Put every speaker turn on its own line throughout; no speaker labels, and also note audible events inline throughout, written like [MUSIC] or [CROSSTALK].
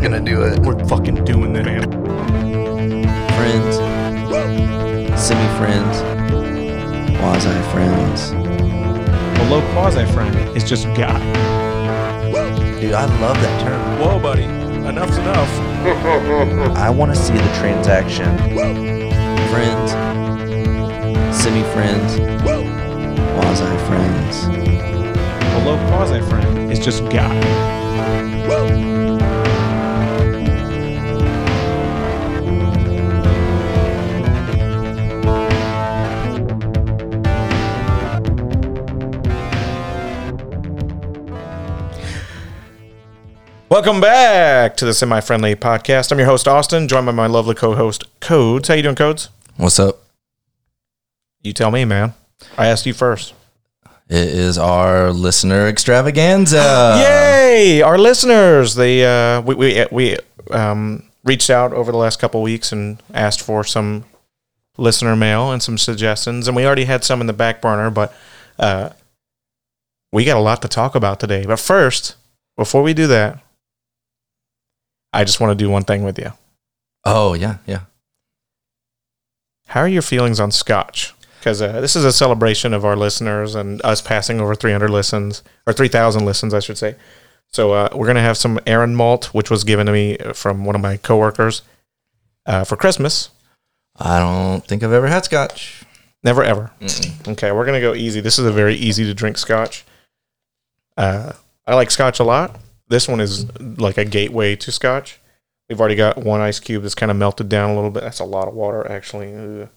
gonna do it.
We're fucking doing this.
friends, semi friends, quasi friends.
Below quasi friend is just God.
Dude, I love that term.
Whoa, buddy. Enough's enough.
I want to see the transaction. Friends, semi friends, quasi friends.
Below quasi friend is just God. Welcome back to the semi-friendly podcast. I'm your host Austin, joined by my lovely co-host Codes. How you doing, Codes?
What's up?
You tell me, man. I asked you first.
It is our listener [GASPS] extravaganza.
Yay! Our listeners, they uh, we we we um, reached out over the last couple weeks and asked for some listener mail and some suggestions, and we already had some in the back burner, but uh, we got a lot to talk about today. But first, before we do that, I just want to do one thing with you.
Oh, yeah, yeah.
How are your feelings on Scotch? Because uh, this is a celebration of our listeners and us passing over 300 listens or 3,000 listens, I should say. So uh, we're gonna have some Aaron malt, which was given to me uh, from one of my coworkers uh, for Christmas.
I don't think I've ever had scotch.
Never ever. Okay, we're gonna go easy. This is a very easy to drink Scotch. Uh, I like Scotch a lot. This one is like a gateway to Scotch. We've already got one ice cube that's kind of melted down a little bit. That's a lot of water, actually. Ugh.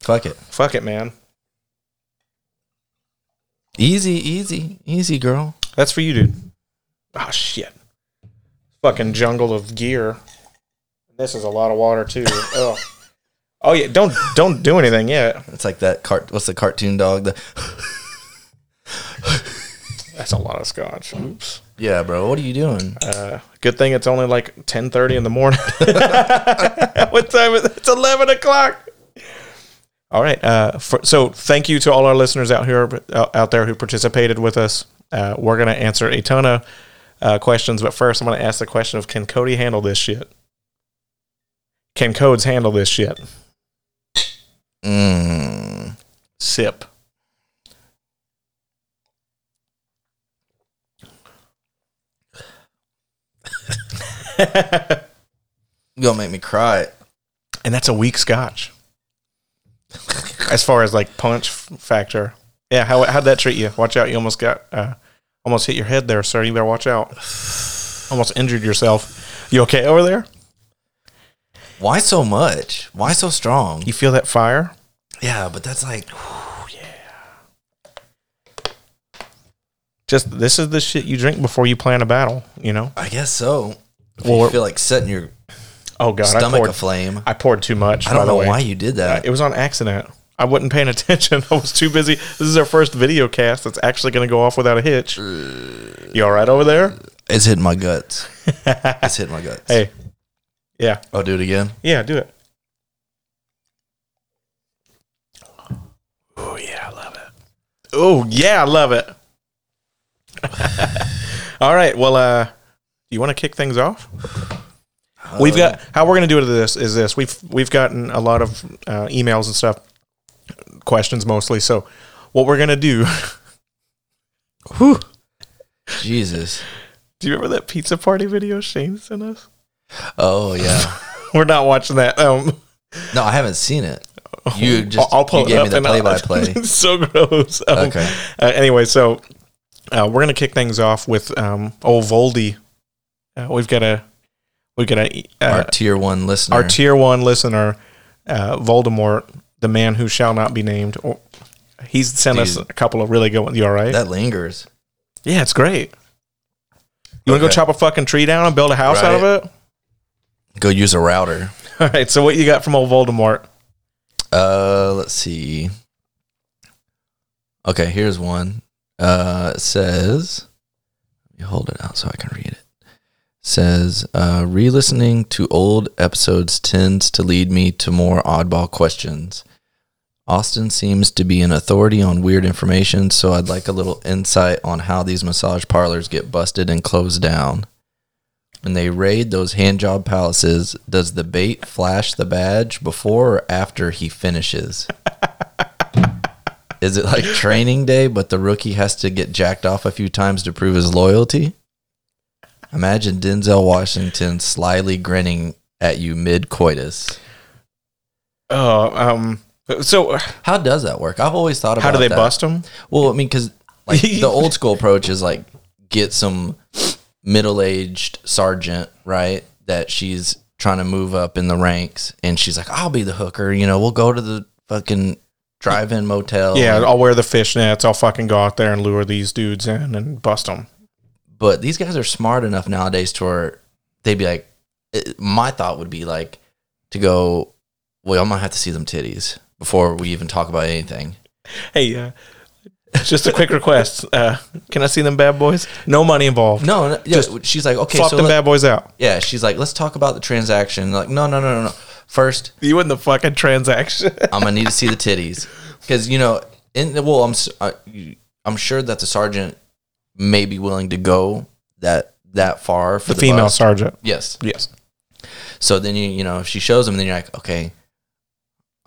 Fuck it.
Fuck it, man.
Easy, easy, easy, girl.
That's for you, dude. Oh shit. Fucking jungle of gear. This is a lot of water too. oh. Oh yeah, don't don't do anything yet.
It's like that cart. What's the cartoon dog? The
That's a lot of scotch. Oops.
yeah, bro. What are you doing?
Uh, good thing it's only like ten thirty in the morning. [LAUGHS] what time is it? It's eleven o'clock. All right. Uh, for, so thank you to all our listeners out here out out there who participated with us. Uh, we're gonna answer a ton of uh, questions, but first I'm gonna ask the question of Can Cody handle this shit? Can codes handle this shit?
Mm.
Sip.
You gonna make me cry?
and that's a weak scotch as far as like punch f- factor yeah how, how'd that treat you watch out you almost got uh, almost hit your head there sir you better watch out almost injured yourself you okay over there
Why so much? Why so strong?
you feel that fire
Yeah, but that's like
just this is the shit you drink before you plan a battle you know
I guess so. If
Well,
you feel like setting your
oh god I
stomach
poured,
aflame.
I poured too much
I
by
don't
the
know
way.
why you did that.
it was on accident i wasn't paying [LAUGHS] attention i was too busy this is our first video cast that's actually going to go off without a hitch you all right over there
It's hitting my
[LAUGHS]
guts. it's hitting my guts.
hey yeah
I'll do it again.
Yeah, do it. Oh yeah, I love it. Oh yeah, I love it. [LAUGHS] All right, well, uh, you want to kick things off?
Uh,
we've got how we're going to do it. This is this we've we've gotten a lot of uh, emails and stuff, questions mostly. So, what we're going to do? [LAUGHS]
Oh. Jesus.
Do you remember that pizza party video Shane sent us?
Oh
[LAUGHS]
yeah.
We're not watching that. Um,
No, I haven't seen it. You just
Oh, I'll, I'll pull
you
it
gave
up
me the
and I'll-
play by play.
[LAUGHS] It's so gross. Um,
Okay.
Uh, anyway, so uh, we're gonna kick things off with um, old Voldy. Uh, we've got a we've got a
Our
uh,
tier one listener.
our tier one listener, uh, Voldemort, the man who shall not be named. Or, he's sent us a
Dude.
couple of really good ones. You all right?
that lingers.
yeah, it's great. You want to go
Okay.
chop a fucking tree down and build a house out of it? [LAUGHS]
Go use a router.
All right. So what you got from old Voldemort?
Uh, let's see. Okay, here's one. Uh, it says, let me hold it out so I can read it. Says, uh, re listening to old episodes tends to lead me to more oddball questions. Austin seems to be an authority on weird information, so I'd like a little insight on how these massage parlors get busted and closed down. When they raid those hand job palaces, does the bait flash the badge before or after he finishes? Is it like training day, but the rookie has to get jacked off a few times to prove his loyalty? Imagine Denzel Washington slyly grinning at you mid coitus.
Oh, um, so uh,
How does that work? I've always thought about
how do they
that.
bust him?
Well, I mean, because
[LAUGHS]
like the old school approach is like get some middle aged sergeant, right? That she's trying to move up in the ranks, and she's like, "I'll be the hooker." You know, we'll go to the fucking drive-in motel.
Yeah, I'll wear the fishnets. I'll fucking go out there and lure these dudes in and bust them.
but these guys are smart enough nowadays to where they'd be like, it, my thought would be like to go, well, I'm gonna have to see them titties before we even talk about anything.
Hey, uh, just a [LAUGHS] quick request. Uh, can I see them bad boys? No money involved.
No, no yeah, she's like, okay,
Flop
so
them
let-
bad boys out.
yeah, she's like, let's talk about the transaction. Like, no, no, no, no, no. First,
You in the fucking transaction?
I'm gonna need to see the titties because you know, in the, well, I'm s- I, am sure that the sergeant may be willing to go that that far for
[LAUGHS] the female
bus.
sergeant.
Yes.
Yes.
So then you you know if she shows them, then you're like, okay,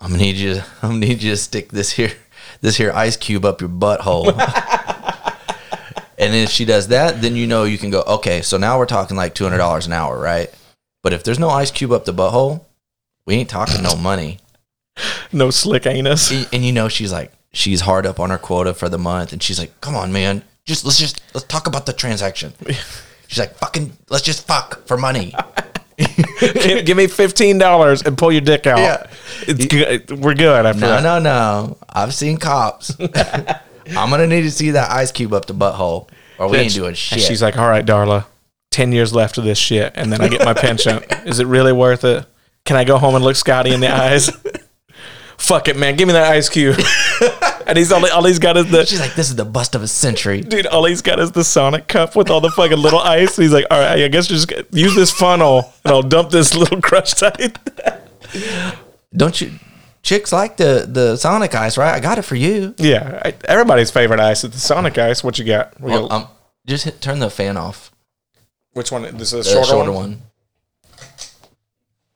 I'm gonna need you. [LAUGHS] I'm gonna need you to stick this here this here ice cube up your butthole. [LAUGHS] and then if she does that, then you know you can go. Okay, so now we're talking like two hundred dollars an hour, right? But if there's no ice cube up the butthole, we ain't talking no money.
No slick anus.
And, and you know she's like she's hard up on her quota for the month, and she's like, come on, man, just let's just let's talk about the
[LAUGHS]
transaction. She's like, fucking, let's just fuck for money.
Give give me fifteen dollars and pull your dick out.
Yeah.
It's good. We're good after
No,
that.
no, no. I've seen
[LAUGHS]
cops. I'm gonna need to see that ice cube up the butthole, or we ain't doing
And
shit.
she's like, "All right, Darla, ten years left of this shit, and then I get
[LAUGHS]
my pension. Is it really worth it? Can I go home and look Scotty in the
[LAUGHS]
eyes? Fuck it, man. Give me that ice cube." and he's all, all he's got is the
she's like, this is the bust of a century.
dude. All he's got is the Sonic cup with all the fucking little ice. He's like, "All right, I guess just use this funnel, and I'll dump this little crushed ice."
Don't you? Chicks like the the Sonic ice, right? I got it for you.
yeah, [LAUGHS] I, everybody's favorite ice is the Sonic ice. What you got? We got-
Um, just hit, turn the fan off.
which one? This is
The
a shorter, one. [LAUGHS]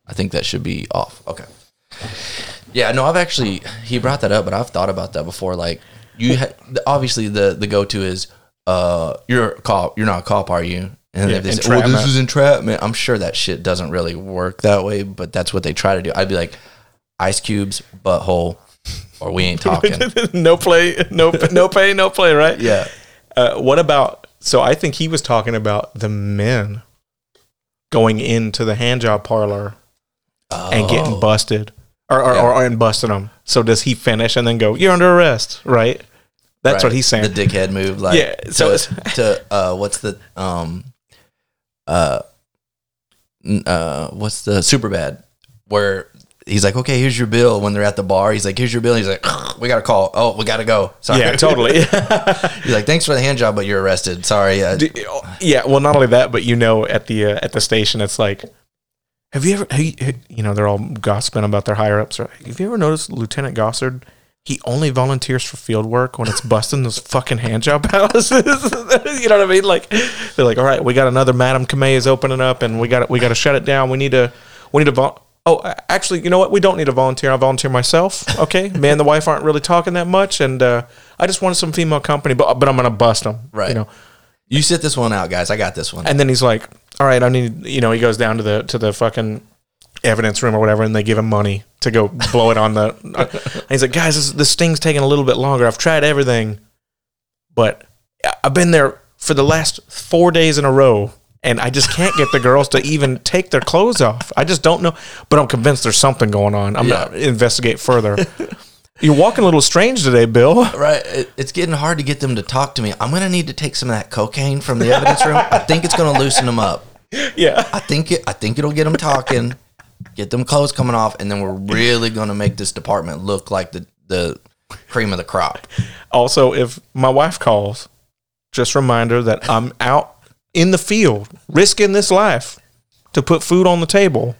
I think that should be off. Okay. Yeah, no, I've actually he brought that up, but I've thought about that before. Like you, ha- the- obviously the the go to is uh, you're a cop, you're not a cop, are you? And
Yeah,
if they say, well, this
entrapment.
is entrapment, I'm sure that shit doesn't really work that way, but that's what they try to do. I'd be like, ice cubes, butthole, or we
[LAUGHS]
ain't talking.
no play, no no pay, no play. Right?
yeah.
Uh, what about? So I think he was talking about the men going into the hand job parlor and getting busted, or or, or and busting them. So does he finish and then go? You're under arrest, right? That's what
Right.
he's saying.
The dickhead move, like
Yeah, so
So to, [LAUGHS] to, uh, what's the um, uh, n- uh, what's the super bad where he's like, okay, here's your bill. When they're at the bar, he's like, here's your bill. He's like, we got to call. Oh, we got to go. Sorry.
yeah, totally.
[LAUGHS] he's like, thanks for the hand job, but you're arrested. Sorry. Uh,
D- oh, yeah. Well, not only that, but you know, at the uh, at the station, it's like, have you ever? He, he- you know, they're all gossiping about their higher ups. Right? Have you ever noticed Lieutenant Gossard? He only volunteers for field work when it's busting those fucking hand job [LAUGHS] palaces. you know what I mean? Like they're like, all right, we got another Madame Kamei is opening up, and we got we got to shut it down. We need to we need to vol- Oh, a- actually, you know what? We don't need a volunteer. I volunteer myself. Okay, me and the wife aren't really talking that much, and uh, I just wanted some female company, but but I'm gonna bust them.
Right.
You know,
you sit this one out, guys. I got this one.
and then he's like, "All right, I need," you know, he goes down to the to the fucking evidence room or whatever, and they give him money to go blow it on the. uh, and he's like, "Guys, this, this thing's taking a little bit longer. I've tried everything, but I- I've been there for the last four days in a row." And I just can't get the girls to even take their clothes off. I just don't know, but I'm convinced there's something going on. I'm
Yeah.
gonna investigate further. [LAUGHS] You're walking a little strange today, Bill.
Right, it, it's getting hard to get them to talk to me. I'm gonna need to take some of that cocaine from the evidence room. I think it's gonna loosen them up.
Yeah,
I think it. I think it'll get them talking, get them clothes coming off, and then we're really going to make this department look like the the cream of the crop.
Also, if my wife calls, just remind her that I'm out in the field risking this life to put food on the table,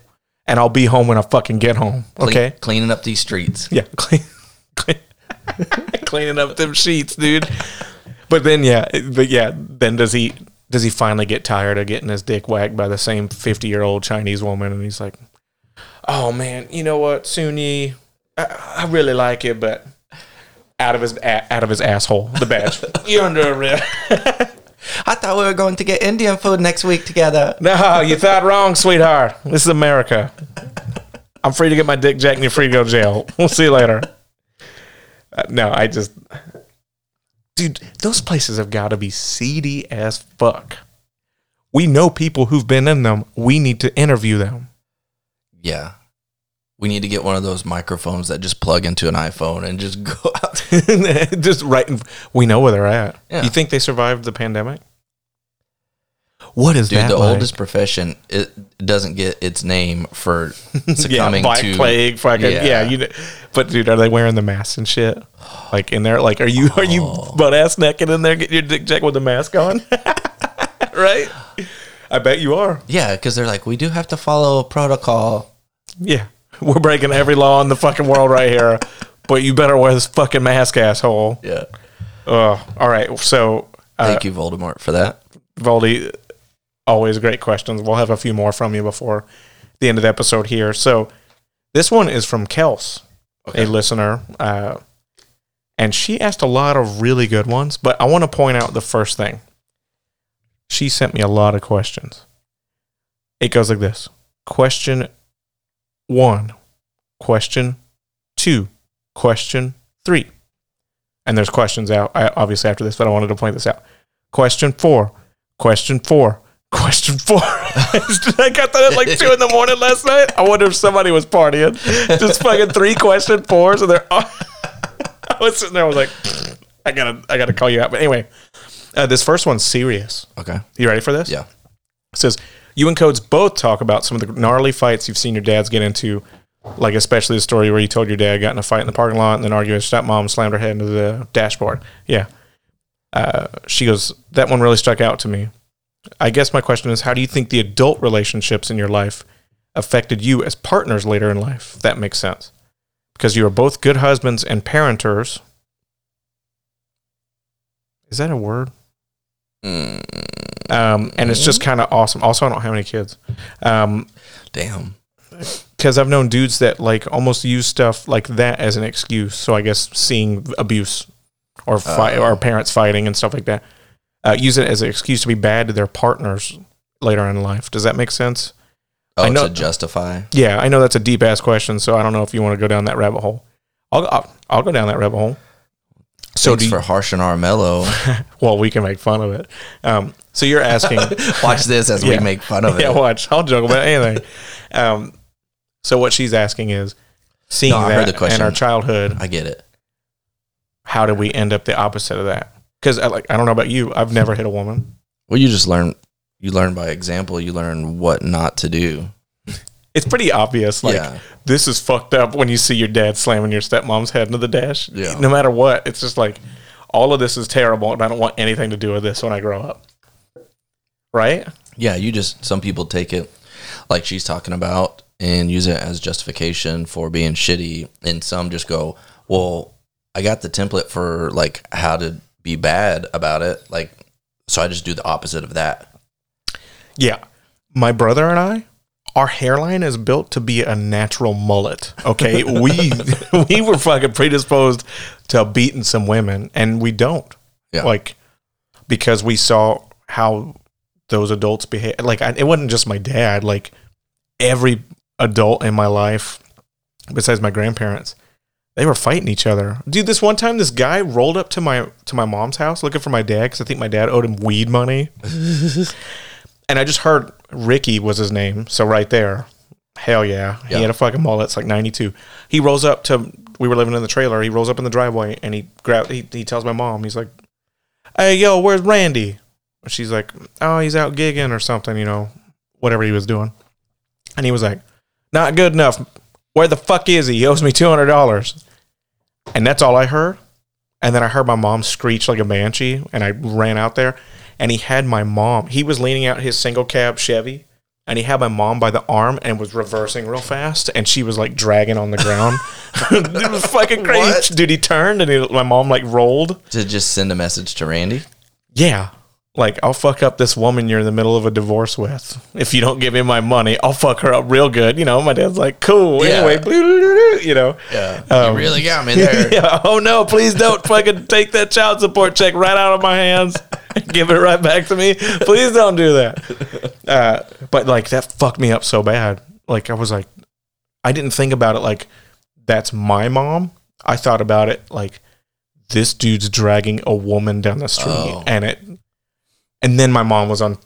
and I'll be home when I fucking get home.
Clean-
Okay?
cleaning up these streets.
[LAUGHS] Yeah, clean, clean, [LAUGHS] cleaning up them sheets, dude. But then, yeah, but yeah, then does he? does he finally get tired of getting his dick whacked by the same 50 year old Chinese woman? And he's like, oh man, you know what, Sunyi, I, I really like it, but out of his a- out of his asshole, the badge. You're under arrest.
I thought we were going to get Indian food next week together.
No, you thought wrong, sweetheart. This is America. I'm free to get my dick jacked and you're free to go to jail. We'll see you later. Uh, no, I just. Dude, those places have got to be seedy as fuck. We know people who've been in them. We need to interview them. [LAUGHS]
Yeah. We need to get one of those microphones that just plug into an iPhone and just go [LAUGHS] out.
just right. In, we know where they're at.
Yeah.
You think they survived the pandemic? What is
Dude,
that?
the
like?
oldest profession it doesn't get its name
[LAUGHS]
for succumbing
black
to
plague, fucking yeah.
Yeah.
you know, but dude, are they wearing the masks and shit? Like in there, like are you are you
Oh.
butt ass naked in there getting your dick checked with the mask on? [LAUGHS] right? I bet you are.
Yeah, because they're like, we do have to follow protocol.
Yeah, we're breaking every law in the fucking world right here. but you better wear this fucking mask, asshole.
Yeah.
Ugh. all right, so uh,
Thank you, Voldemort, for that.
Voldy, always great questions. We'll have a few more from you before the end of the episode here. So this one is from Kels,
Okay.
a listener, uh, and she asked a lot of really good ones. But I want to point out the first thing. She sent me a lot of questions. It goes like this: Question one, question two, question three, and there's questions out I- obviously after this, but I wanted to point this out. Question four, question four, [LAUGHS] question four. I got that at like two in the morning last night. I wonder if somebody was partying. Just fucking three question fours, and they're. all- [LAUGHS] I was sitting there. I was like, I gotta, I gotta call you out. But anyway, uh, this first one's serious.
Okay.
You ready for this?
Yeah.
It says you and Codes both talk about some of the gnarly fights you've seen your dads get into, like especially the story where you told your dad got in a fight in the parking lot and then argued with his stepmom, slammed her head into the dashboard. Yeah. Uh, she goes, that one really stuck out to me. I guess my question is, how do you think the adult relationships in your life affected you as partners later in life? If that makes sense, because you are both good husbands and parenters. Is that a word?
Mm,
Um, and it's
Mm-hmm.
just kind of awesome. Also, I don't have any kids. Um,
damn.
because I've known dudes that like almost use stuff like that as an excuse. So I guess seeing abuse or
Uh.
fi- or parents fighting and stuff like that, uh, use it as an excuse to be bad to their partners later in life. Does that make sense?
Oh,
I know-
to justify.
Yeah, I know that's a deep ass question. So I don't know if you want to go down that rabbit hole. I'll, I'll I'll go down that rabbit hole. So
Thanks
do you-
for harsh and Armello.
[LAUGHS] well, we can make fun of it. Um, so you're asking.
[LAUGHS] Watch this as we
Yeah.
make fun of it.
yeah, watch. I'll joke about anything. [LAUGHS] um, so what she's asking is, seeing
No, I heard
that
the question.
in our childhood,
I get it.
how did we end up the opposite of that? Because I, like I don't know about you, I've never hit a woman.
Well, you just learn. You learn by example. You learn what not to do.
It's pretty obvious. Like
yeah.
this is fucked up when you see your dad slamming your stepmom's head into the dash.
Yeah.
No matter what, it's just like all of this is terrible, and I don't want anything to do with this when I grow up. Right?
Yeah. You just some people take it like she's talking about and use it as justification for being shitty, and some just go, "Well, I got the template for like how to be bad about it, like so I just do the opposite of that."
Yeah. My brother and I, our hairline is built to be a natural mullet. Okay. we we were fucking predisposed to beating some women and we don't.
Yeah.
Like because we saw how those adults behave. Like I, it wasn't just my dad, like every adult in my life besides my grandparents they were fighting each other. Dude, this one time this guy rolled up to my to my mom's house looking for my dad cuz I think my dad owed him weed money. and I just heard Ricky was his name. So right there, hell yeah.
Yeah.
He had a fucking mullet. It's like 92. He rolls up to, we were living in the trailer. He rolls up in the driveway and he grab. he, he tells my mom, he's like, hey, yo, where's Randy? And she's like, oh, he's out gigging or something, you know, whatever he was doing. And he was like, not good enough. Where the fuck is he? He owes me $200. And that's all I heard. And then I heard my mom screech like a banshee, and I ran out there. And he had my mom. He was leaning out his single cab Chevy, and he had my mom by the arm and was reversing real fast. And she was like dragging on the ground. [LAUGHS] it was fucking crazy,
What?
dude. He turned, and he, my mom like rolled.
To just send a message to Randy.
Yeah, like I'll fuck up this woman you're in the middle of a divorce with. If you don't give me my money, I'll fuck her up real good. You know, my dad's like, cool.
Yeah.
Anyway, [LAUGHS] you know.
Yeah.
Um,
you really got me
[LAUGHS]
there.
Yeah. Oh no, please don't fucking take that child support check right out of my hands. [LAUGHS] Give it right back to me. Please don't do that. Uh, but like that fucked me up so bad. Like I was like, I didn't think about it like that's my mom. I thought about it like this dude's dragging a woman down the street
Oh.
and it and then my mom was on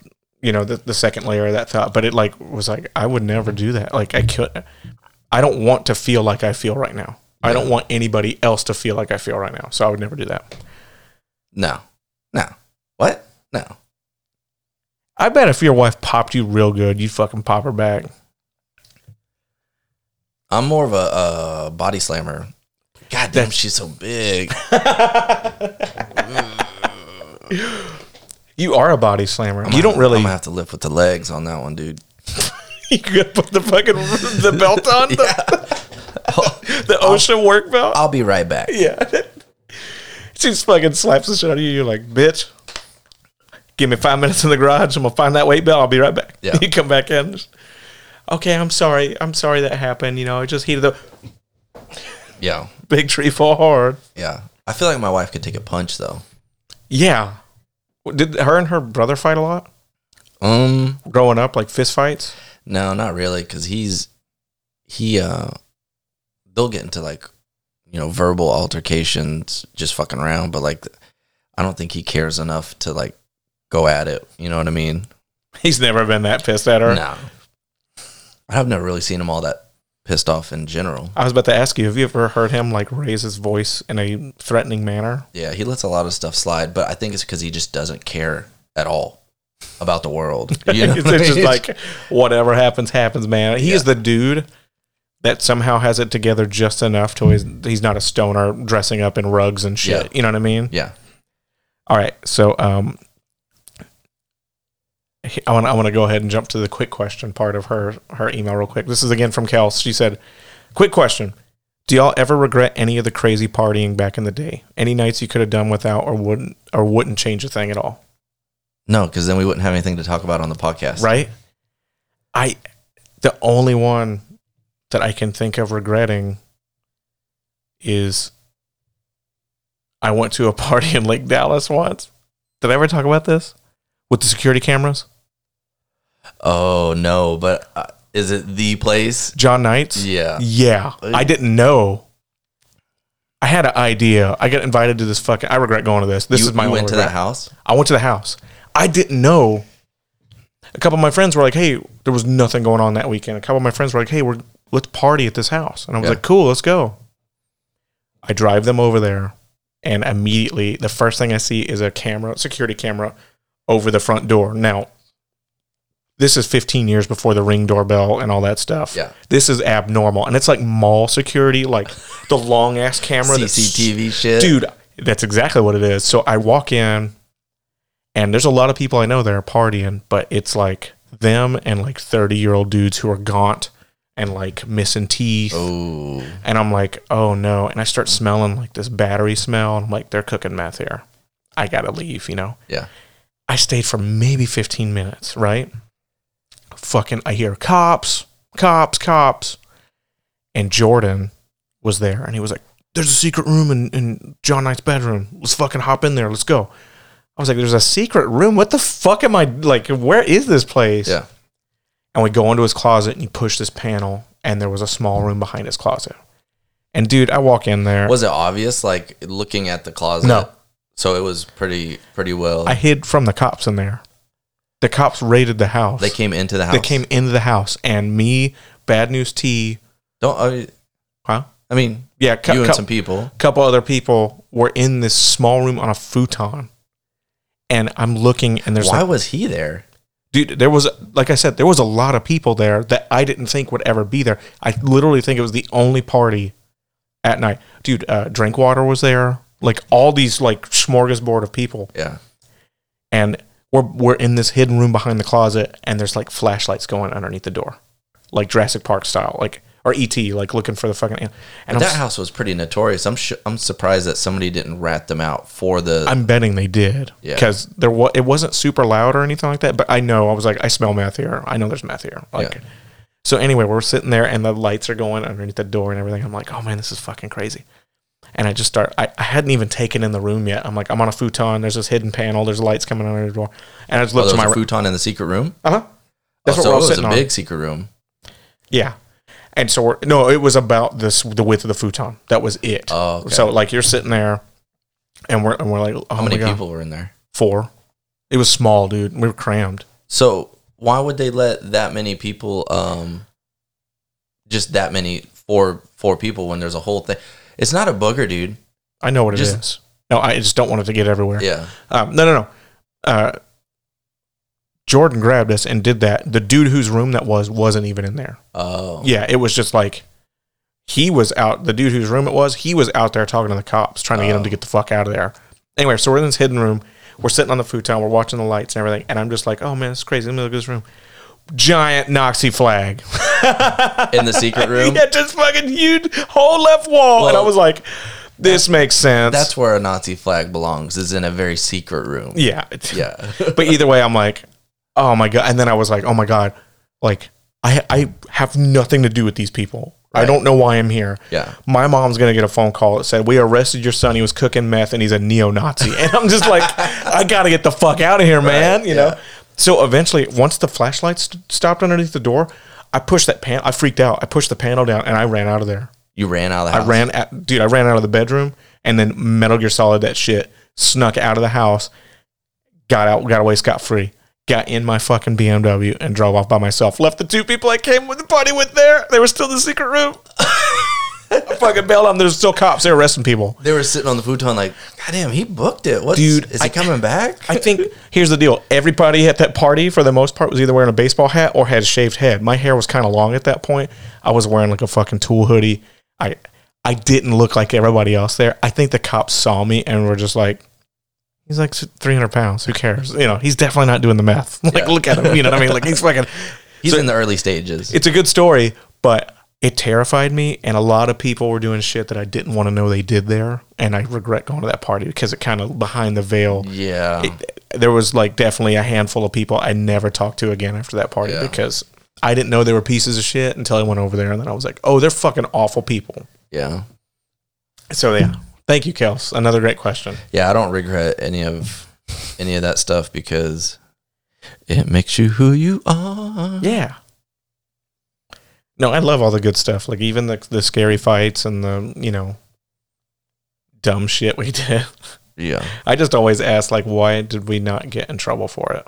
you know the, the second layer of that thought but it like was like i would never do that like i could i don't want to feel like i feel right now i don't want anybody else to feel like i feel right now so i would never do that
No. No. What? No.
i bet if your wife popped you real good you'd fucking pop her back
I'm more of a uh, body slammer. God damn, she's so
[LAUGHS]
big.
you are a body slammer
I'm
you don't
gonna-
really
I'm gonna have to lift with the legs on that one, dude.
[LAUGHS] you gotta put the fucking the belt
[LAUGHS]
on the, the osha work belt
I'll be right back.
Yeah. She just fucking slaps the shit out of you. You're like, bitch, give me five minutes in the garage. I'm going to find that weight belt. I'll be right back.
Yeah.
[LAUGHS] You come back in. just, Okay, I'm sorry. I'm sorry that happened. You know, it just heated up.
Yeah,
Big tree fall hard.
yeah. I feel like my wife could take a punch though.
Yeah. Did her and her brother fight a lot
Um,
growing up, like fist fights?
no, not really, because he's he uh, they'll get into like you know verbal altercations, just fucking around. But like, I don't think he cares enough to like go at it. You know what I mean?
He's never been that pissed at her.
No, I've never really seen him all that pissed off in general.
I was about to ask you, have you ever heard him like raise his voice in a threatening manner?
Yeah, he lets a lot of stuff slide, but I think it's because he just doesn't care at all about the
[LAUGHS]
world. You know
it's
what I [LAUGHS]
just
mean?
like whatever happens, happens, man. He is the dude that somehow has it together just enough to his, he's not a stoner dressing up in rugs and shit.
Yeah.
You know what I mean?
yeah,
All right, so um, he- I want I want to go ahead and jump to the quick question part of her her email real quick. This is again from Kel. She said, "Quick question." Do y'all ever regret any of the crazy partying back in the day? Any nights you could have done without, or wouldn't, or wouldn't change a thing at all?
no, because then we wouldn't have anything to talk about on the podcast.
right? I the only one that I can think of regretting is I went to a [LAUGHS] party in Lake Dallas once. Did I ever talk about this with the security cameras?
Oh no, but uh, is it the place?
John Knight's?
Yeah.
Yeah. I didn't know. I had an idea. I got invited to this fucking. I regret going to this. [LAUGHS] This
you,
is my
you
only
went to
regret.
that house.
I went to the house. I didn't know. A couple of my friends were like, "Hey, there was nothing going on that weekend." A couple of my friends were like, "Hey, we're let's party at this house," and I was
Yeah.
like, "Cool, let's go." I drive them over there, and immediately the first thing I see is a camera, security camera, over the front door. Now, this is 15 years before the ring doorbell and all that stuff.
Yeah.
this is abnormal, and it's like mall security, like the long ass camera, that's-
CCTV shit.
dude that's exactly what it is so i walk in and there's a lot of people i know that are partying but it's like them and like 30 year old dudes who are gaunt and like missing teeth
Oh,
and i'm like oh no and i start smelling like this battery smell and i'm like they're cooking meth here i gotta leave you know
yeah.
I stayed for maybe 15 minutes, right? Fucking, I hear cops, cops, cops. And Jordan was there and he was like, There's a secret room in, in John Knight's bedroom. Let's fucking hop in there. Let's go. I was like, There's a secret room? What the fuck am I like? Where is this place?
Yeah.
And we go into his closet and you push this panel and there was a small room behind his closet. And dude, I walk in there.
Was it obvious? Like looking at the closet.
No.
So it was pretty pretty well.
I hid from the cops in there. The cops raided the house.
they came into the house.
They came into the house, and me, Bad News T,
Don't. I,
huh?
I mean,
Yeah, cou-
you and
cou-
some people.
couple other people were in this small room on a futon, and I'm looking, and there's
Why
like,
was he there?
dude, there was like I said, there was a lot of people there that I didn't think would ever be there. I literally think it was the only party at night, dude. Uh, Drinkwater was there, like all these like smorgasbord of people,
Yeah.
and we're we're in this hidden room behind the closet, and there's like flashlights going underneath the door, like Jurassic Park style, like or ET, like looking for the fucking. an- And I'm,
that
s-
house was pretty notorious. I'm sh- I'm surprised that somebody didn't rat them out for the. oh,
I'm betting they did
Yeah.
because there was it wasn't super loud or anything like that. But I know I was like, I smell meth here. I know there's meth here. Like,
Yeah.
so anyway, we're sitting there and the lights are going underneath the door and everything. I'm like, oh man, this is fucking crazy. And I just start. I, I hadn't even taken in the room yet. I'm like, I'm on a futon. There's this hidden panel. There's lights coming under the door. And I just
oh,
look
there
to
was
my
a
right.
futon in the secret room.
Uh huh.
oh,
That's
so
what we're all
it was
sitting
a
on.
big secret room.
Yeah. And so we're, no, it was about this the width of the futon. That was it.
Oh, okay.
So like you're sitting there, and we're and we're like, oh
How many
my God.
people were in there?
Four. It was small, dude. We were crammed.
So why would they let that many people? Um, just that many four four people when there's a whole thing. It's not a booger,
[LAUGHS]
dude.
I know what
Just-
it is. No, I just don't want it to get everywhere.
Yeah.
Um, no, no, no. Uh, Jordan grabbed us and did that. The dude whose room that was wasn't even in there.
Oh.
Yeah, it was just like he was out. The dude whose room it was, he was out there talking to the cops, trying to get him to
Oh.
get the fuck out of there. Anyway, so we're in this hidden room. We're sitting on the futon. We're watching the lights and everything. And I'm just like, oh man, it's crazy. Let me look at this room. Giant Nazi flag. [LAUGHS]
In the secret room.
yeah, just fucking huge whole left wall. and I
Well,
was like, this makes sense.
That's where a Nazi flag belongs. Is in a very secret room.
yeah.
Yeah.
[LAUGHS] but either way, I'm like, oh my god. And then I was like, oh my god, like I I have nothing to do with these people. I
Right.
don't know why I'm here.
Yeah.
My mom's gonna get a phone call that said we arrested your son. He was cooking meth and he's a neo-Nazi. [LAUGHS] And I'm just like, I gotta get the fuck out of here, man. You know.
yeah.
So eventually, once the flashlights st- stopped underneath the door, I pushed that pan. I freaked out. I pushed the panel down and I ran out of there.
You ran out of the house.
I ran at dude, I ran out of the bedroom and then Metal Gear Solid that shit snuck out of the house, got out, got away scot free, got in my fucking BMW and drove off by myself. Left the two people I came with the party with there. They were still in the secret room. I fucking bailed on. There's still cops. They're arresting people.
They were sitting on the futon like, God damn, he booked it. What's,
Dude,
Is he
I-
coming back?
I think here's the deal. Everybody at that party, for the most part, was either wearing a baseball hat or had a shaved head. My hair was kind of long at that point. I was wearing like a fucking tool hoodie. I I didn't look like everybody else there. I think the cops saw me and were just like, he's like 300 pounds. Who cares? You know, he's definitely not doing the math. [LAUGHS] Like,
Yeah.
look at him. You know what I mean? Like, he's fucking.
He's
so-
in the early stages.
It's a good story, but it terrified me. And a lot of people were doing shit that I didn't want to know they did there. And I regret going to that party because it kind of behind the veil
yeah.
there was like definitely a handful of people I never talked to again after that party
Yeah.
because I didn't know they were pieces of shit until I went over there and then I was like, oh, they're fucking awful people.
yeah.
So yeah, thank you, Kels. Another great question.
Yeah. I don't regret any of any of that stuff because it makes you who you are.
Yeah. No, I love all the good stuff. Like even the the scary fights and the you know dumb shit we [LAUGHS] did.
Yeah.
I just always ask like, why did we not get in trouble for it?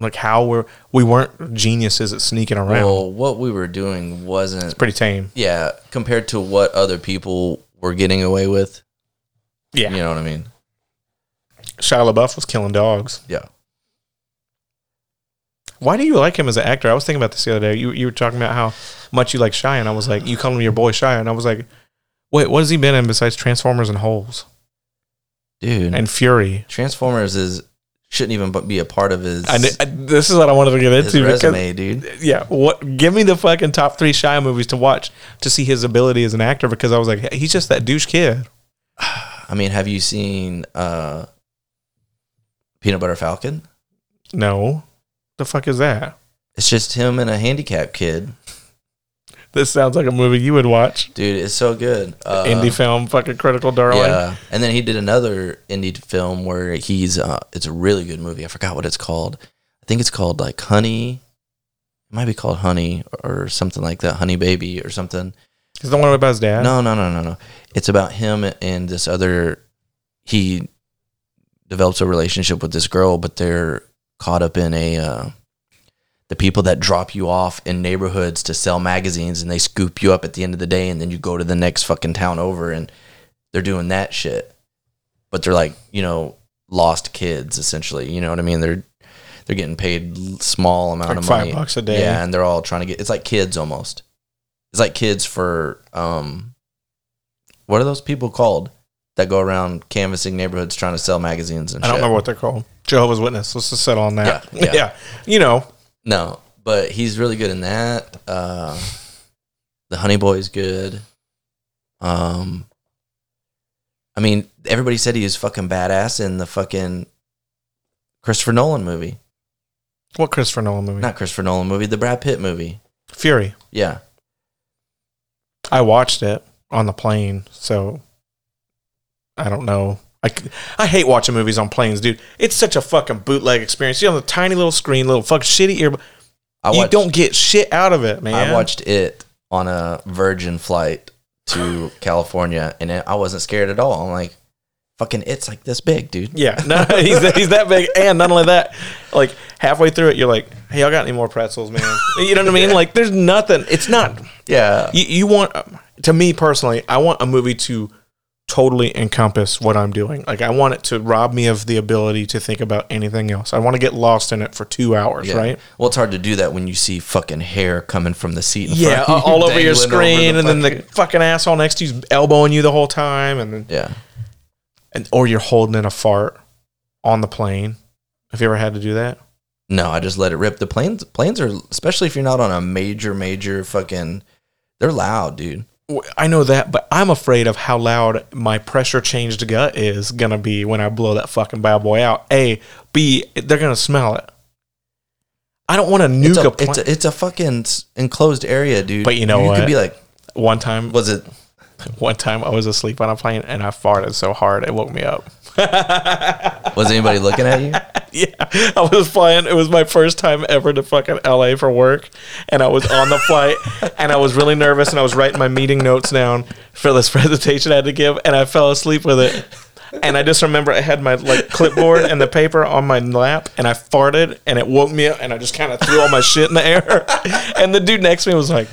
Like how were we weren't geniuses at sneaking around?
Well, what we were doing wasn't,
Pretty tame.
yeah, compared to what other people were getting away with.
Yeah.
You know what I mean?
Shia LaBeouf was killing dogs.
Yeah.
Why do you like him as an actor? I was thinking about this the other day. You you were talking about how much you like Shia, and I was like, you call him your boy Shia, and I was like, wait, what has he been in besides Transformers and Holes
Dude.
and Fury?
Transformers is, shouldn't even bu- be a part of his,
I, did- I- this is what I wanted to get
his
into.
resume, dude.
Because, yeah, what? Give me the fucking top three Shia movies to watch to see his ability as an actor because I was like, he's just that douche kid.
I mean, have you seen uh, Peanut Butter Falcon?
No, the fuck is that?
It's just him and a handicapped kid,
This sounds like a movie you would watch.
dude. It's so good. Uh,
Indie film, fucking critical darling.
yeah. And then he did another indie film where he's. Uh, it's a really good movie. I forgot what it's called. I think it's called like Honey. It might be called Honey or something like that. Honey Baby or something.
Is the one about his dad?
No, no, no, no, no. It's about him and this other. He develops a relationship with this girl, but they're caught up in a. Uh, the people that drop you off in neighborhoods to sell magazines and they scoop you up at the end of the day and then you go to the next fucking town over and they're doing that shit. But they're like, you know, lost kids essentially. You know what I mean? They're they're getting paid l- small amount
like
of
five
money.
bucks a day.
Yeah, and they're all trying to get. It's like kids almost. It's like kids for um, what are those people called that go around canvassing neighborhoods trying to sell magazines and
I don't
shit?
remember what they're called. Jehovah's Witness. Let's just settle on that.
Yeah,
[LAUGHS] Yeah,
yeah.
you know,
No, but he's really good in that. Uh, The Honey Boy is good. Um, I mean, everybody said he was fucking badass in the fucking Christopher Nolan movie.
What Christopher Nolan movie?
Not Christopher Nolan movie, the Brad Pitt movie.
Fury.
Yeah.
I watched it on the plane, so I don't know. I, c- I hate watching movies on planes, dude. It's such a fucking bootleg experience. You're on the tiny little screen, little fucking shitty ear.
I
you don't get shit out of it, man.
I watched it on a Virgin flight
[LAUGHS]
to California, and it, I wasn't scared at all. I'm like, fucking, it's like this big, dude.
Yeah, [LAUGHS] no, he's he's that big, and not only that, like halfway through it, you're like, "Hey, y'all got any more pretzels, man?" [LAUGHS] You know what I mean? Like, there's nothing. It's not.
Yeah,
You, you want to me personally, I want a movie to totally encompass what I'm doing. Like, I want it to rob me of the ability to think about anything else. I want to get lost in it for two hours,
Yeah.
right?
Well, it's hard to do that when you see fucking hair coming from the seat. In
Yeah,
front
all
of you,
all over your
dangling over
screen, and then the
fucking-
fucking asshole next to you's elbowing you the whole time, and then
yeah.
and or you're holding in a fart on the plane. Have you ever had to do that?
No, I just let it rip. The planes, planes are especially if you're not on a major, major fucking. They're loud, dude.
W- I know that, but I'm afraid of how loud my pressure changed gut is gonna be when I blow that fucking bad boy out. A, B, they're gonna smell it. I don't want to
It's
nuke
a,
a, plane.
it's a it's a fucking s- enclosed area, dude.
But you know
you
what?
could be like,
one time,
was it?
one time I was asleep on a plane and I farted so hard it woke me up.
Was anybody looking at you?
Yeah, I was flying. It was my first time ever to fucking LA for work, and I was on the flight, and I was really nervous, and I was writing my meeting notes down for this [LAUGHS] presentation I had to give, and I fell asleep with it. And I just remember I had my like clipboard and the paper on my lap, and I farted, and it woke me up, and I just kind of threw all my shit in the air. [LAUGHS] And the dude next to me was like,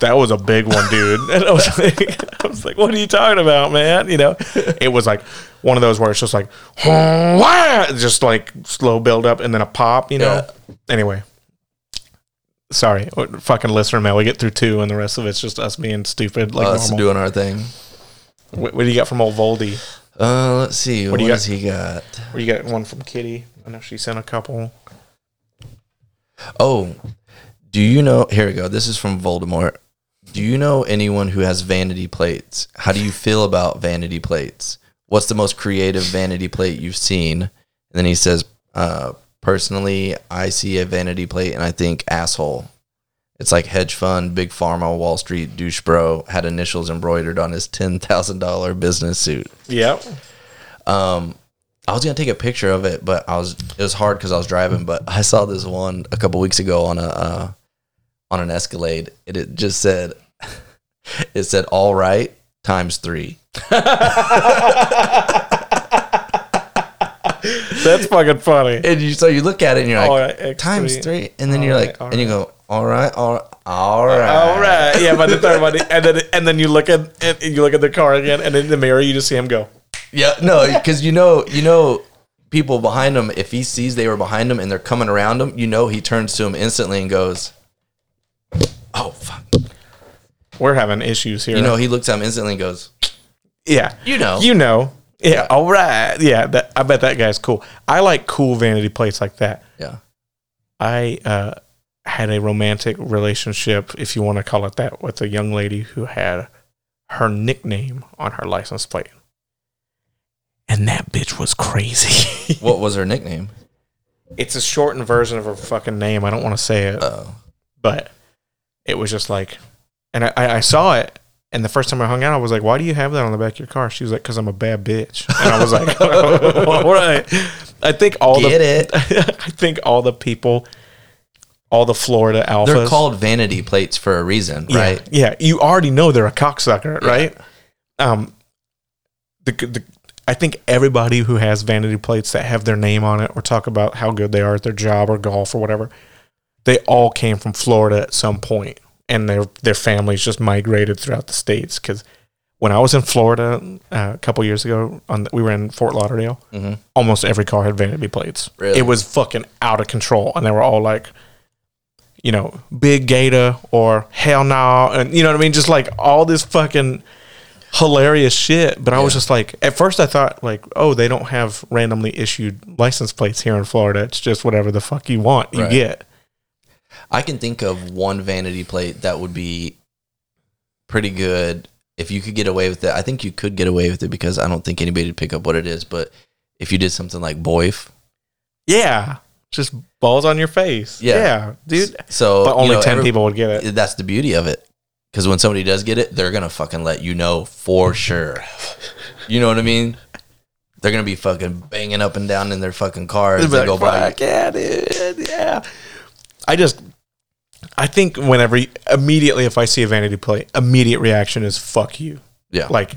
"That was a big one, dude." [LAUGHS] And I was like, "I was like, what are you talking about, man?" You know, it was like one of those where it's just like, "Wah!" just like slow build up and then a pop. You know. Anyway, sorry, fucking listener mail. We get through two, and the rest of it's just us being stupid. Like,
Us
[LAUGHS] normal.
doing our thing.
What, what do you got from old Voldy?
Uh, let's see. What,
do you
does he got?
Or you got one from Kitty? I know she sent a couple.
Oh, do you know? Here we go. This is from Voldemort. Do you know anyone who has vanity plates? How do you feel about vanity plates? What's the most creative vanity plate you've seen? And then he says, uh, personally, I see a vanity plate and I think asshole. It's like hedge fund, big pharma, Wall Street douche bro had initials embroidered on his ten thousand dollar business suit.
[LAUGHS] Yep.
Um, I was gonna take a picture of it, but I was it was hard because I was driving. But [LAUGHS] I saw this one a couple weeks ago on a uh, on an Escalade, and it just said [LAUGHS] it said "all right" times three.
That's fucking funny.
And you so you look at it and you're like
All right, X
times
three.
three, and then
All
you're
right,
like
all
and you go all right, all right, all right,
All right. Yeah, by the third one, and then and then you look at and you look at the car again, and in the mirror you just see him go.
Yeah, no, because you know, you know, people behind him. If he sees they were behind him and they're coming around him, you know, he turns to him instantly and goes, "Oh fuck."
We're having issues here.
You know, he looks at him instantly and goes,
yeah,
You know.
you know. Yeah, all right. Yeah, that, I bet that guy's cool. I like cool vanity plates like that.
Yeah.
I uh, had a romantic relationship, if you want to call it that, with a young lady who had her nickname on her license plate, and that bitch was crazy. [LAUGHS]
What was her nickname?
it's a shortened version of her fucking name. I don't want to say it,
Oh.
but it was just like, and I, I I saw it. And the first time I hung out, I was like, "Why do you have that on the back of your car?" She was like, "Cause I'm a bad bitch." And I was like, [LAUGHS] "Oh, "All right." I think all
Get it.
the [LAUGHS] I think all the people, all the Florida alphas,
They're called vanity plates for a reason,
yeah,
right?
Yeah, you already know they're a cocksucker, right? Um, the, the I think everybody who has vanity plates that have their name on it or talk about how good they are at their job or golf or whatever, they all came from Florida at some point, and their their families just migrated throughout the states. Because when I was in Florida uh, a couple years ago, on the, we were in Fort Lauderdale, almost every car had vanity plates.
Mm-hmm. Really?
It was fucking out of control, and they were all like you know, big gator or hell no, and you know what I mean? Just like all this fucking hilarious shit. But I was just like, at first I thought like, oh, they don't have randomly issued license plates here in Florida. It's just whatever the fuck you want, you
Right.
get.
I can think of one vanity plate that would be pretty good. If you could get away with it, I think you could get away with it because I don't think anybody would pick up what it is. But if you did something like Boyf,
Yeah. Just balls on your face.
Yeah.
Yeah. dude.
so
But
you
only
know,
10
every-
people would get it.
That's the beauty of it. Because when somebody does get it, they're gonna fucking let you know for
[LAUGHS]
sure. You know what I mean? They're gonna be fucking banging up and down in their fucking car as
They'd be
they
like,
go by.
"Fuck yeah, dude. Yeah. I just, I think whenever, immediately if I see a vanity plate, immediate reaction is fuck you.
Yeah.
Like,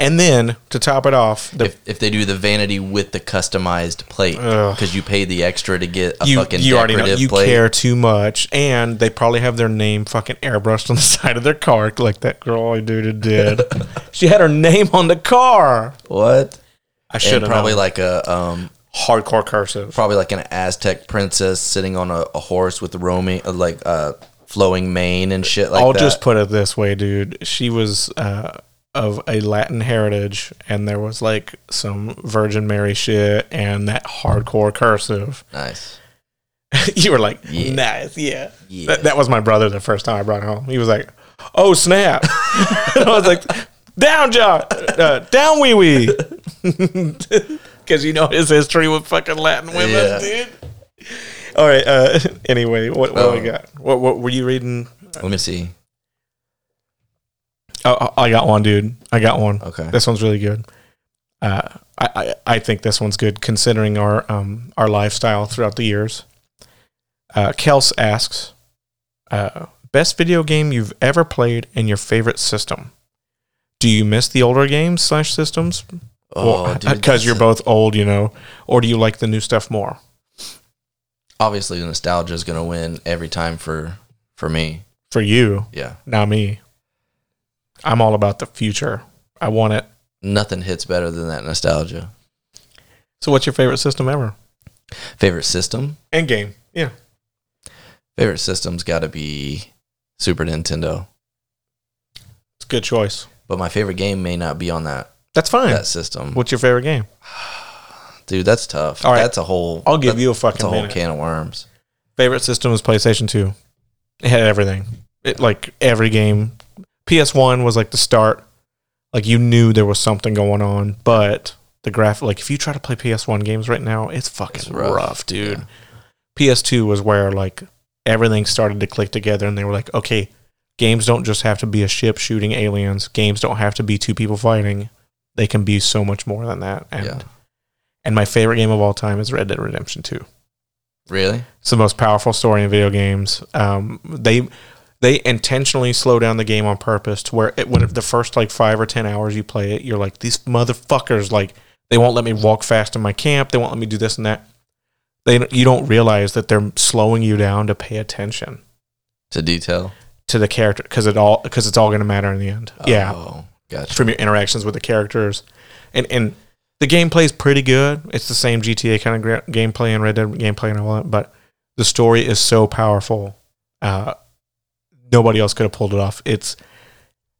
and then to top it off, the,
if, if they do the vanity with the customized plate
Ugh.
because you paid the extra to get a
you,
fucking
you already know
decorative
you
plate.
care too much, and they probably have their name fucking airbrushed on the [LAUGHS] side of their car, like that girl I
[LAUGHS]
dude did. she had her name on the car.
What?
I should
And
have
probably
probably
like a um
hardcore cursive.
probably like an Aztec princess sitting on a, a horse with roaming uh, like uh flowing mane and shit like
I'll
that.
just put it this way, dude. She was uh, of a Latin heritage, and there was like some Virgin Mary shit and that hardcore cursive. [LAUGHS]
nice.
you were like,
Yeah.
nice, yeah.
Yeah.
That, that was my brother the first time I brought it home. He was like, oh, snap. [LAUGHS] and I was like, down, John. Uh, down, wee wee. [LAUGHS] Because you know his history with fucking Latin women,
Yeah.
dude. All right. Uh, [LAUGHS] anyway, what, what
Oh.
we got? What, what were you reading?
Let me see.
Oh, I I got one, dude. I got one.
Okay.
This one's really good. Uh, I, I I think this one's good considering our um our lifestyle throughout the years. Uh, Kels asks, uh, best video game you've ever played and your favorite system. Do you miss the older games slash systems?
Oh,
[LAUGHS]
dude,
because you're
that's-
both old, you know, or do you like the new stuff more?
obviously nostalgia is gonna win every time for for me.
For you,
Yeah,
not me. I'm all about the future. I want it.
nothing hits better than that nostalgia.
So, what's your favorite system ever?
Favorite system?
End game. Yeah.
Favorite system's got to be Super Nintendo.
It's a good choice.
But my favorite game may not be on that
That's fine. [CLEARS THROAT]
that system.
What's your favorite game?
Dude, that's tough.
All right.
That's a whole.
I'll give
that-
you a
That's
fucking
a whole
minute.
can of worms.
Favorite system was PlayStation 2. It had everything. It like every game. PS1 was like the start. Like you knew there was something going on, but the graph like if you try to play PS1 games right now, it's fucking
It's rough.
rough. dude. PS2 was where like everything started to click together and they were like, "Okay, games don't just have to be a ship shooting aliens. Games don't have to be two people fighting. They can be so much more than that." And
Yeah.
and my favorite game of all time is Red Dead Redemption 2.
Really?
It's the most powerful story in video games. Um, they they intentionally slow down the game on purpose to where it, when the first like five or ten hours you play it, you're like these motherfuckers like they won't let me walk fast in my camp. They won't let me do this and that. They you don't realize that they're slowing you down to pay attention
To detail.
to the character because it all because it's all going to matter in the end. Yeah,
Oh, gotcha.
from your interactions with the characters, and and the gameplay is pretty good. It's the same GTA kind of gra- gameplay and Red Dead gameplay and all that, but the story is so powerful. Uh, nobody else could have pulled it off. It's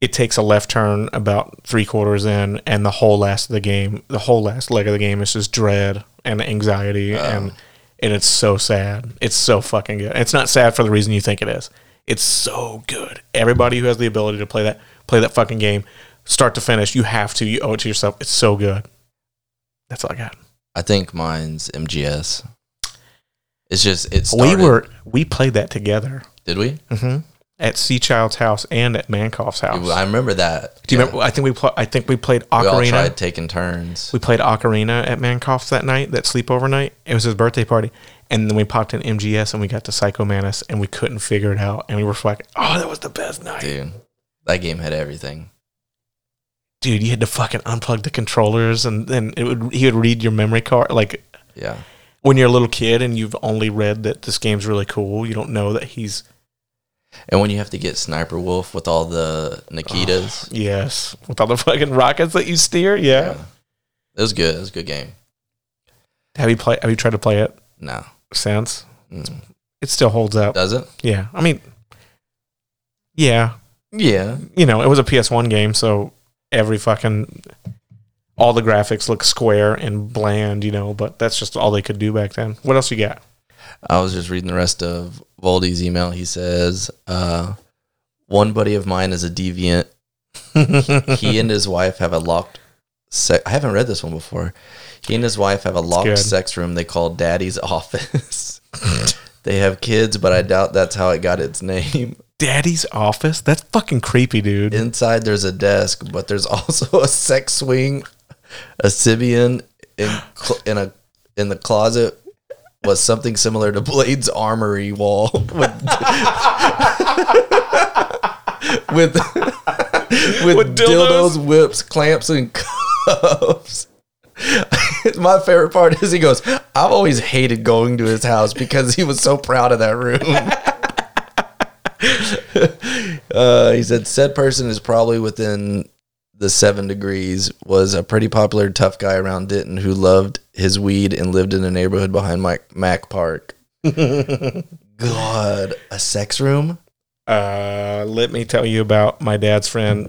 it takes a left turn about three quarters in, and the whole last of the game, the whole last leg of the game is just dread and anxiety,
Oh.
and and it's so sad. It's so fucking good. It's not sad for the reason you think it is. It's so good. Everybody who has the ability to play that play that fucking game, start to finish, you have to. You owe it to yourself. It's so good. That's all I got.
I think mine's MGS. It's just it
We
started.
were we played that together
Did we?
mm-hmm. at Seachild's house and at Mankoff's house.
I remember that.
Oh. Do you
Yeah.
remember? I think we pl- I think we played
We all
Ocarina.
tried taking turns.
We played Ocarina at Mankoff's that night, that sleepover night. It was his birthday party. And then we popped in MGS and we got to Psycho Manus and we couldn't figure it out. And we were like, oh, that was the best night.
Dude,
Dude,
that game had everything.
you had to fucking unplug the controllers and then it would he would read your memory card. Like
Yeah.
when you're a little kid and you've only read that this game's really cool, you don't know that he's
And when you have to get Sniper Wolf with all the Nikitas.
yes, with all the [LAUGHS] fucking rockets that you steer. Yeah.
It was good. It was a good game.
Have you play have you tried to play it
No.
since?
Mm.
It still holds up.
Does it?
Yeah. I mean Yeah.
Yeah.
you know, it was a PS1 game, so every fucking all the graphics look square and bland, you know, but that's just all they could do back then. What else you got?
I was just reading the rest of Voldy's email. He says, uh, One buddy of mine is a deviant. [LAUGHS] He and his wife have a locked. Se- I haven't read this one before. He and his wife have a locked
good.
sex room they call Daddy's [LAUGHS] office. [LAUGHS] they have kids, but I doubt that's how it got its name.
Daddy's office? That's fucking creepy, dude.
Inside there's a desk, but there's also a sex swing, a Sibian in cl- in a in the closet was something similar to Blade's armory wall [LAUGHS] with with, with,
With dildos.
dildos. whips, clamps, and cuffs. [LAUGHS] My favorite part is he goes, I've always hated going to his house because he was so proud of that room. [LAUGHS] uh, he said, said person is probably within the seven degrees, was a pretty popular tough guy around Denton who loved his weed and lived in a neighborhood behind Mike Mac Park. God, a sex room?
[LAUGHS] Uh, let me tell you about my dad's friend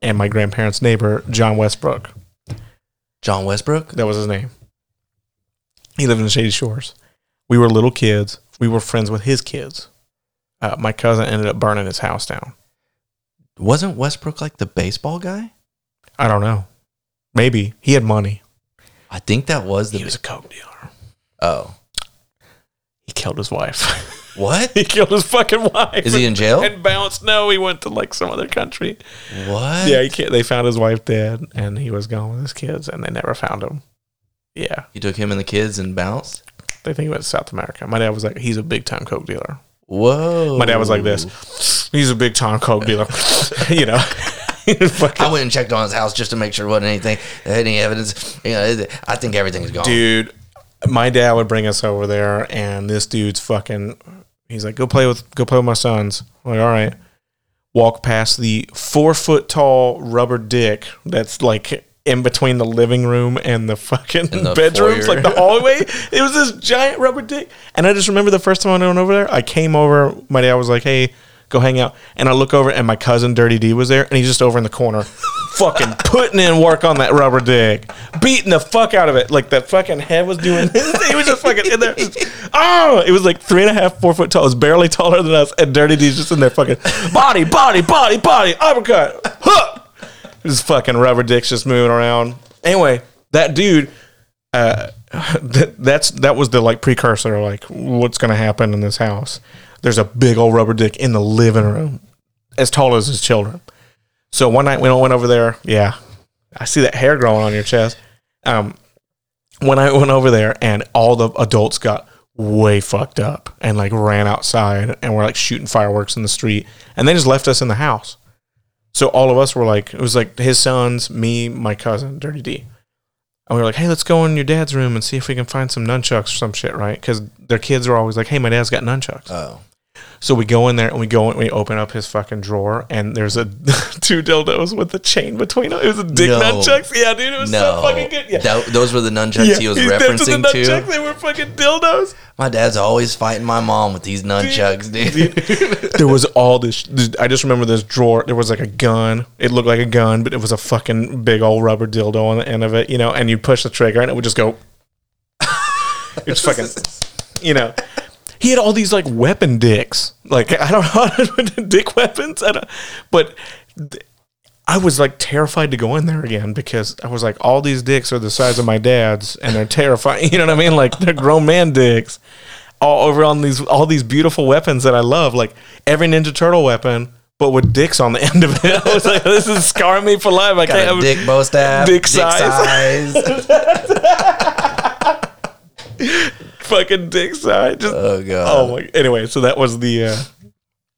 and my grandparents' neighbor, John Westbrook.
John Westbrook?
That was his name. He lived in Shady Shores. We were little kids. We were friends with his kids. Uh, my cousin ended up burning his house down.
Wasn't Westbrook like the baseball guy?
I don't know. Maybe he had money.
I think that was the.
He was a coke dealer.
oh,
He killed his wife. [LAUGHS]
what
he killed his fucking wife.
is he in jail?
And bounced. No, he went to like some other country.
What?
Yeah, he can't, they found his wife dead, and he was gone with his kids, and they never found him. Yeah,
You took him and the kids and bounced.
they think he went to South America. My dad was like, he's a big time coke dealer.
Whoa!
My dad was like this. He's a big time coke dealer. [LAUGHS] you know,
I
Fucking-
went and checked on his house just to make sure there wasn't anything, any evidence. You know, I think everything's gone.
dude. My dad would bring us over there, and this dude's fucking. He's like, go play with, go play with my sons. I'm like, all right. Walk past the four foot tall rubber dick that's like in between the living room and the fucking
And the
bedrooms,
foyer.
like the hallway. it was this giant rubber dick, and I just remember the first time I went over there. I came over, my dad was like, hey. Go hang out, and I look over, and my cousin Dirty D was there, and he's just over in the corner, fucking putting in work on that rubber dick, beating the fuck out of it. Like that fucking head was doing. [LAUGHS] he was just fucking in there. Oh, it was like three and a half, four foot tall. It was barely taller than us, and Dirty D's just in there fucking body, body, body, body, uppercut, hook. This fucking rubber dick's just moving around. Anyway, that dude, uh, [LAUGHS] that, that's that was the like precursor, like what's gonna happen in this house. There's a big old rubber dick in the living room, as tall as his children. So one night we all went over there. Yeah, I see that hair growing on your chest. Um, when I went over there, and all the adults got way fucked up and like ran outside and were like shooting fireworks in the street, and they just left us in the house. So all of us were like, it was like his sons, me, my cousin, Dirty D. And we were like, hey, let's go in your dad's room and see if we can find some nunchucks or some shit, right? Because their kids are always like, hey, my dad's got nunchucks.
Oh,
So we go in there and we go and we open up his fucking drawer and there's a [LAUGHS] two dildos with a chain between them. It was a dick
No.
nunchucks. Yeah, dude, it was
no!
so fucking good. Yeah.
Tho- those were the nunchucks
yeah.
he was
he- that's what the
referencing to.
nunchucks, They were fucking dildos.
My dad's always fighting my mom with these nunchucks, dude. [LAUGHS]
there was all this. this- I just remember this drawer. There was like a gun. It looked like a gun, but it was a fucking big old rubber dildo on the end of it, you know. And you push the trigger, and it would just go. it's fucking, you know. He had all these like weapon dicks. Like I don't know, how to- [LAUGHS] dick weapons. I don't, but th- I was like terrified to go in there again because I was like, all these dicks are the size of my dad's, and they're terrifying. [LAUGHS] You know what I mean? Like they're grown man dicks all over on these all these beautiful weapons that I love, like every Ninja Turtle weapon, but with dicks on the [LAUGHS] end of it. I was like, this is scarring me for life. I can't
Got a
have
dick bow staff,
dick size. [LAUGHS]
size.
fucking dick size. Just,
oh
oh
god!
my. Anyway, so that was the uh,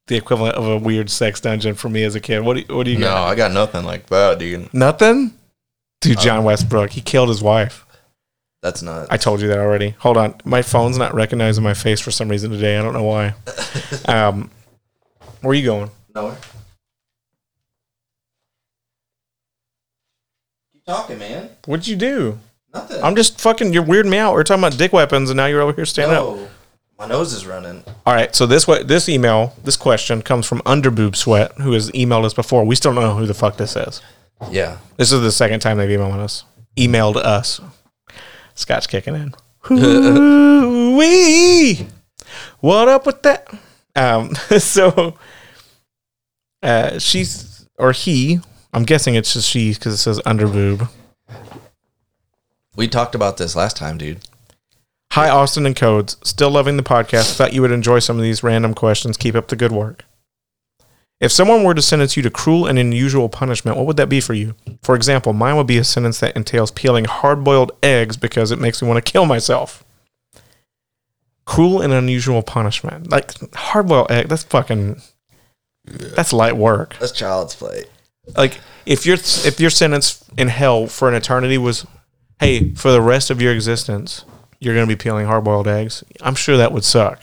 the equivalent of a weird sex dungeon for me as a kid. What do you, what do you
no,
got?
I got nothing like that, dude.
Nothing. Dude, John Westbrook, he killed his wife.
That's not.
I told you that already. Hold on, my phone's not recognizing my face for some reason today. I don't
[LAUGHS]
know why. Um, where are you going?
Nowhere. Keep talking, man.
What'd you do?
Nothing.
I'm just fucking. You're weirding me out. We are talking about dick weapons, and now you're over here standing up.
no. Oh, My nose is running.
All right. So this way, this email, this question comes from Underboob Sweat, who has emailed us before. We still don't know who the fuck this is.
Yeah.
This is the second time they've emailed us. Emailed us. Scott's kicking in. [LAUGHS] Wee. What up with that? Um. So uh, she's or he. I'm guessing it's just she because it says under boob.
We talked about this last time, dude.
Hi, Austin and Codes. Still loving the podcast. Thought you would enjoy some of these random questions. Keep up the good work. If someone were to sentence you to cruel and unusual punishment, what would that be for you? For example, mine would be a sentence that entails peeling hard boiled eggs because it makes me want to kill myself. Cruel and unusual punishment. Like hard boiled egg, that's fucking that's light work.
That's child's play.
Like if your if your sentence in hell for an eternity was hey, for the rest of your existence, you're going to be peeling hard boiled eggs. I'm sure that would suck.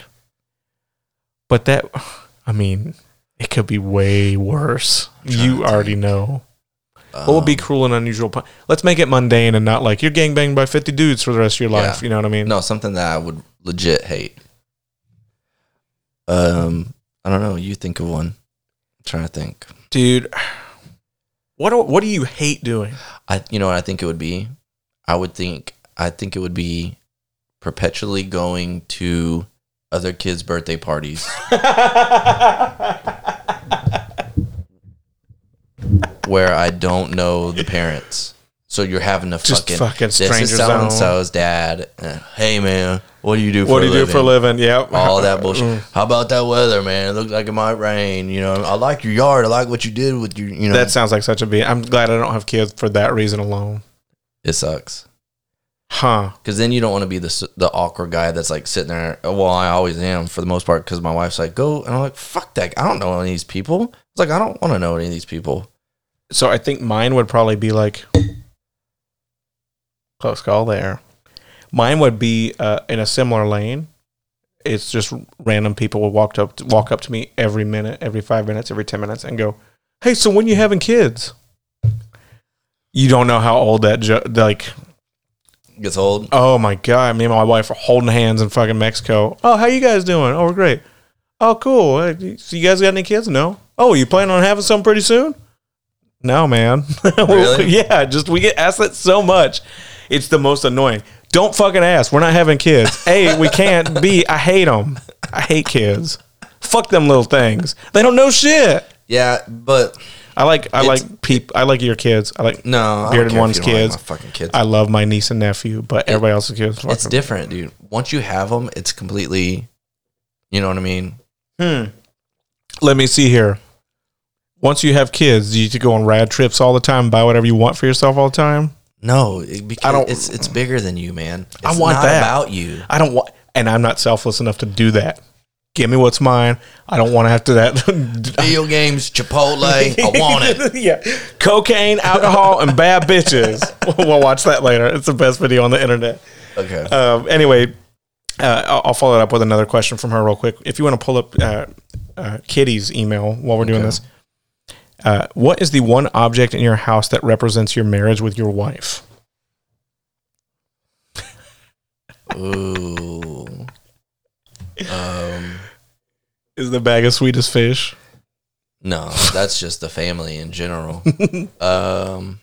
But that, I mean, it could be way worse. You already know. what
Um,
would be cruel and unusual? pun- Let's make it mundane and not like you're gangbanged by 50 dudes for the rest of your life.
Yeah.
You know what I mean?
Um, No, something that I would legit hate. Um, I don't know. You think of one. I'm trying to think.
Dude, what do, what do you hate doing?
I, you know, what I think it would be. I would think. I think it would be perpetually going to other kids' birthday
[LAUGHS]
parties where I don't know the parents. So you're having to
Just
fucking,
fucking
this
strangers
is so and so's dad. Uh, Hey man, what do you do?
What do you do for a living? Mm. Yeah.
all that bullshit. How about that weather, man? It looks like it might rain. You know, I like your yard. I like what you did with your, you know,
That sounds like such a beat. I'm glad I don't have kids for that reason alone.
it sucks.
Huh.
Because then you don't want to be the s- the awkward guy that's like sitting there. oh, Well, I always am for the most part. Because my wife's like, go, and I'm like, fuck that. I don't know any of these people. It's like I don't want to know any of these people.
So I think mine would probably be like close call there. Mine would be uh, in a similar lane. It's just random people will walk up walk up to me every minute, every five minutes, every ten minutes, and go, "Hey, so when you having kids?" You don't know how old that jo- like.
Gets old.
Oh my god! Me and my wife are holding hands in fucking Mexico. Oh, how you guys doing? Oh, we're great. Oh, cool. Hey, So you guys got any kids? No. Oh, you planning on having some pretty soon? No, man. [LAUGHS]
Really?
yeah. Just we get asked that so much. It's the most annoying. Don't fucking ask. We're not
[LAUGHS]
having kids. A, we can't. B, I hate them. I hate kids. Fuck them little things. They don't know shit.
Yeah, but
I like I
It's-
like peep. I like your kids. I like
no, I don't
Bearded
care if
one's
you don't like
kids.
my fucking kids.
I love my niece and nephew, but everybody else's kids. fuck
it's
'em.
different, dude. Once you have them, it's completely. You know what I mean?
Hmm. Let me see here. Once you have kids, do you go on rad trips all the time, buy whatever you want for yourself all the time?
No, it, because
I don't-
It's it's bigger than you, man. It's
I want
not
that.
about you.
I don't want, and I'm not selfless enough to do that. Give me what's mine. I don't want to have to that.
Video games, Chipotle. [LAUGHS] I want
[LAUGHS]
it.
yeah, cocaine, alcohol, and bad
[LAUGHS]
bitches. we'll watch that later. It's the best video on the internet.
Okay.
um, anyway, uh, I'll, I'll follow it up with another question from her real quick. If you want to pull up uh, uh, Kitty's email while we're doing
Okay.
this, uh, what is the one object in your house that represents your marriage with your wife?
Ooh. Um.
Is the bag of sweetest fish? [LAUGHS]
No, that's just the family in general. Um.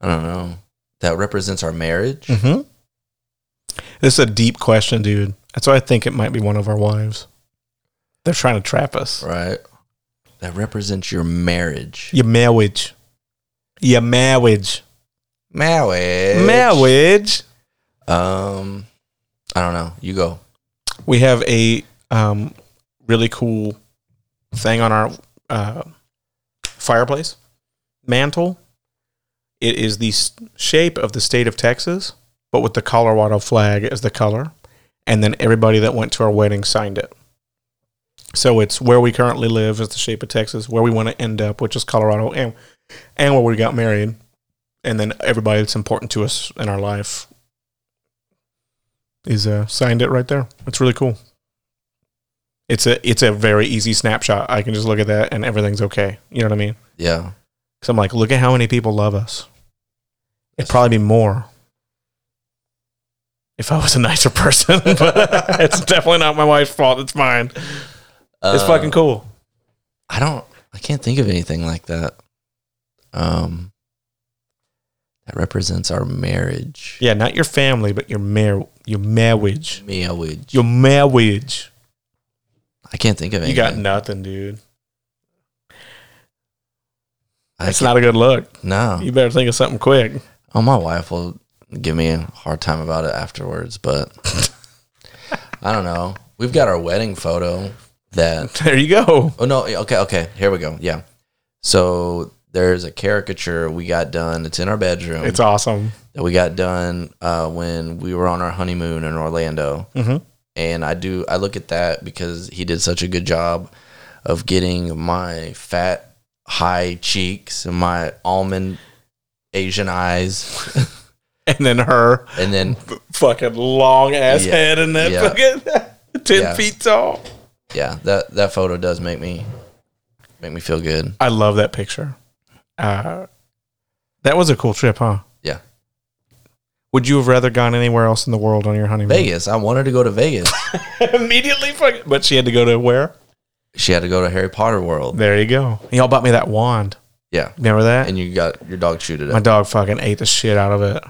I don't know. That represents our marriage.
Mm-hmm. This is a deep question, dude. That's why I think it might be one of our wives. They're trying to trap us.
right? That represents your marriage.
Your marriage. Your marriage.
Marriage.
Marriage.
Um, I don't know. You go.
we have a um, really cool thing on our uh, fireplace mantle. It is the s- shape of the state of Texas, but with the Colorado flag as the color. And then everybody that went to our wedding signed it. So it's where we currently live is the shape of Texas, where we want to end up, which is Colorado, and and where we got married, and then everybody that's important to us in our life is uh, signed it right there. It's really cool. It's a it's a very easy snapshot. I can just look at that and everything's okay. You know what I mean?
Yeah.
So I'm like, look at how many people love us. It'd
That's
probably be more if I was a [LAUGHS] nicer person. but it's definitely not my wife's fault. It's mine. It's
Uh,
fucking cool.
I don't. I can't think of anything like that. Um, that represents our marriage.
Yeah, not your family, but your mar your marriage,
Marriage.
your marriage.
I can't think of
You
anything.
got nothing, dude.
I
That's
can't- Oh.
not a good look.
no.
You better think of something quick. [LAUGHS]
Oh, my wife will give me a hard time about it afterwards, but [LAUGHS] I don't know. We've got our wedding photo that.
There you go.
Oh no! Okay, okay. Here we go. Yeah. So there's a caricature we got done. It's in our bedroom
It's awesome.
that we got done uh, when we were on our honeymoon in Orlando.
Mhm.
And I do I look at that because he did such a good job of getting my fat high cheeks and my almond Asian eyes, [LAUGHS]
And then her
and then
fucking long ass
Yeah.
head and that
Yeah.
fucking [LAUGHS] ten
Yeah.
feet tall.
yeah, that that photo does make me make me feel good.
I love that picture. Uh, that was a cool trip, huh?
Yeah.
Would you have rather gone anywhere else in the world on your honeymoon?
Vegas. I wanted to go to Vegas.
[LAUGHS] Immediately, fucking, but she had to go to where?
She had to go to Harry Potter World.
There you go. Y'all bought me that wand.
Yeah.
Remember that?
And you got your dog chewed it
My
up.
dog fucking ate the shit out of it.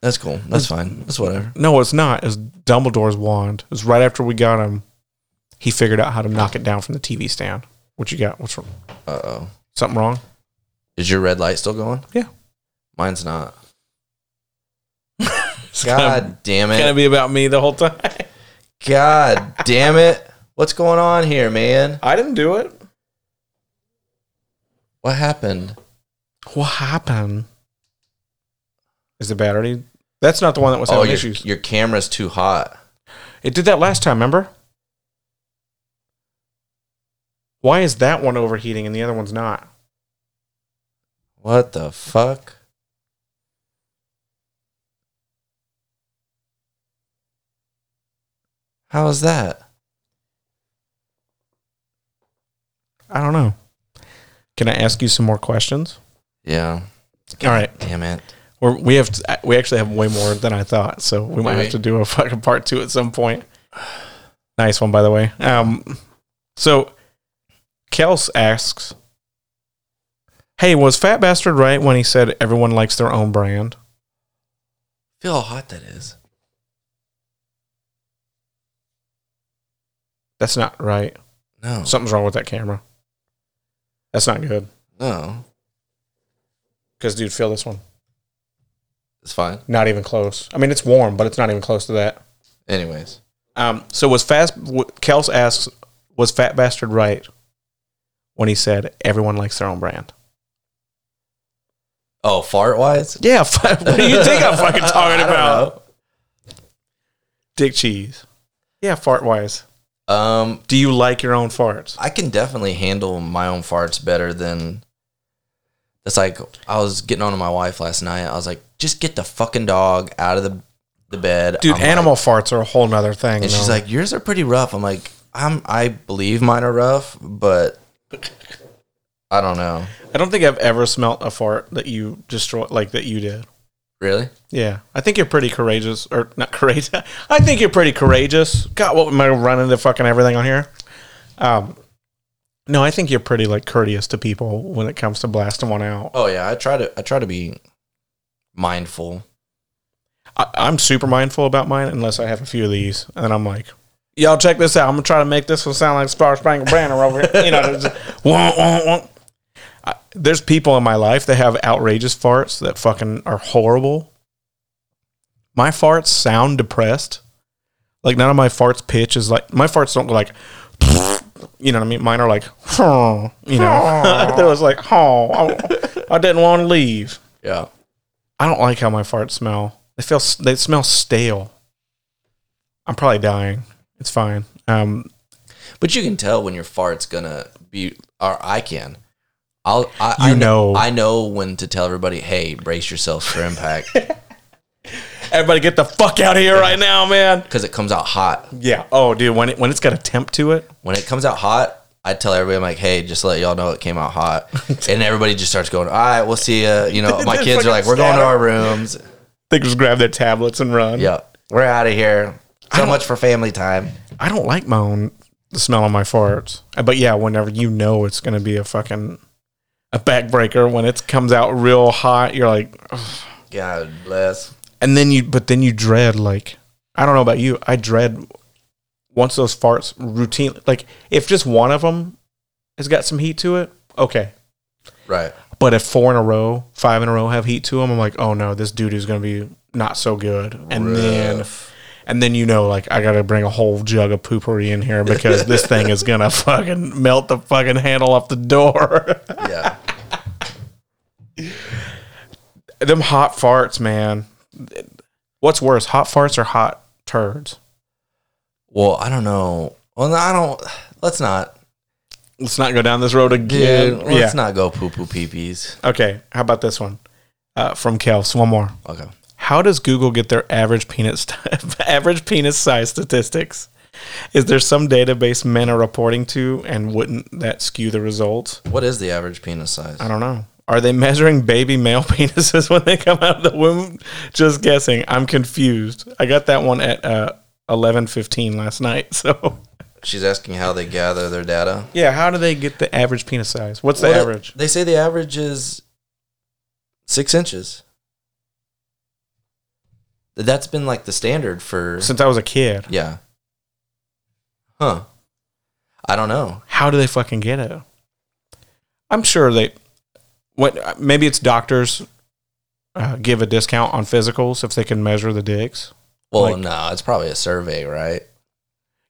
That's cool. That's fine. That's whatever.
No, it's not. It's Dumbledore's wand. It was right after we got him. He figured out how to knock it down from the TV stand. What you got? What's wrong?
Uh oh.
Something wrong?
Is your red light still going?
Yeah.
Mine's not.
[LAUGHS] It's
God
gonna,
damn it.
gonna be about me the whole time. [LAUGHS]
God damn it. What's going on here, man?
I didn't do it.
What happened?
What happened? Is the battery? That's not the one that was
Oh,
having
your,
issues.
your camera's too hot.
It did that last time. Remember? Why is that one overheating and the other one's not?
What the fuck? How is that?
I don't know. Can I ask you some more questions?
Yeah.
All right.
Damn it.
We're, we have we actually have way more than I thought, so we might
Really?
have to do a [LAUGHS] fucking part two at some point. Nice one, by the way. Um, so Kels asks, "Hey, was Fat Bastard right when he said everyone likes their own brand?"
Feel how hot that is.
That's not right.
No.
Something's wrong with that camera. That's not good.
No.
Because dude, feel this one.
It's fine.
Not even close. I mean, it's warm, but it's not even close to that.
Anyways.
Um, so was fast. w- Kels asks, was Fat Bastard right when he said everyone likes their own brand?
Oh, fart [LAUGHS] wise?
Yeah. [LAUGHS] F- what do you think I'm
[LAUGHS]
fucking talking about? Dick cheese. Yeah, fart wise.
Um,
Do you like your own farts?
I can definitely handle my own farts better than. It's like I was getting on to my wife last night. I was like, "Just get the fucking dog out of the the bed,
Dude,
I'm like-
animal farts are a whole nother thing.
and she's
though.
like, "Yours are pretty rough." I'm like, "I'm I believe mine are rough, but I don't know,
I don't think I've ever smelt a fart that you destroyed, like that you did.
really."
Yeah, I think you're pretty courageous, or not courageous. [LAUGHS] I think you're pretty courageous. God, what am I running into fucking everything on here? Um, no, I think you're pretty like courteous to people when it comes to blasting one out.
Oh yeah, I try to I try to be mindful.
I, I'm super mindful about mine unless I have a few of these, and then I'm like, y'all check this out. I'm gonna try to make this one sound like Star Spangled Banner over here. You know, [LAUGHS] there's, wah, wah, wah. I, there's people in my life that have outrageous farts that fucking are horrible. My farts sound depressed. Like none of my farts pitch is like my farts don't go like. [LAUGHS] You know what I mean? Mine are like, [LAUGHS] you know, [LAUGHS] there was like, oh, I- I didn't want to leave.
Yeah,
I don't like how my farts smell. They feel they smell stale. I'm probably dying. It's fine. Um,
but you can tell when your fart's gonna be, or I can. I'll I, I
You know.
I know when to tell everybody, "Hey, brace yourselves for
[LAUGHS]
impact."
everybody, get the fuck out of here right now, man.
because it comes out hot.
Yeah. Oh, dude, when it when it's got a temp to it,
When it comes out hot, I tell everybody, I'm like, hey, just to let y'all know it came out
[LAUGHS]
hot. and everybody just starts going, all right, we'll see ya. You know, my
Just
kids are
fucking
like, we're going to
scatter.
our rooms.
they can just grab their tablets and run.
Yep. We're out of here. So much for family time.
I don't like my own the smell of my farts. Uh, But yeah, whenever you know it's gonna be a fucking a backbreaker when it comes out real hot, you're like,
God bless.
and then you but then you dread like I don't know about you. I dread once those farts routine like if just one of them has got some heat to it, okay.
Right.
But if four in a row, five in a row have heat to them, I'm like, oh no, this dude is gonna be not so good. And then
Rough.
and then you know, like I gotta bring a whole jug of poopery in here because this thing is gonna [LAUGHS] fucking melt the fucking handle off the door. [LAUGHS]
yeah.
Them hot farts, man. What's worse, hot farts or hot turds?
Well, I don't know. Well, no, I don't. Let's not,
Let's not go down this road again.
dude. Let's not go poo poo pee pees.
Okay, how about this one uh, from Kels? One more.
Okay.
How does Google get their average penis [LAUGHS] average penis size statistics? Is there some database men are reporting to, and wouldn't that skew the results?
What is the average penis size?
I don't know. Are they measuring baby male [LAUGHS] penises when they come out of the womb? Just guessing. I'm confused. I got that one at uh, 11:15 last night. [LAUGHS] So
She's asking how they gather their data.
yeah, how do they get the average penis size? What's the
Well,
average?
They say the average is six inches. Th- That's been like the standard for
Since I was a kid,
yeah. Huh. I don't know.
how do they fucking get it? I'm sure they. What maybe it's doctors uh, give a discount on physicals if they can measure the dicks.
Well,
Like-
no, it's probably a survey, right?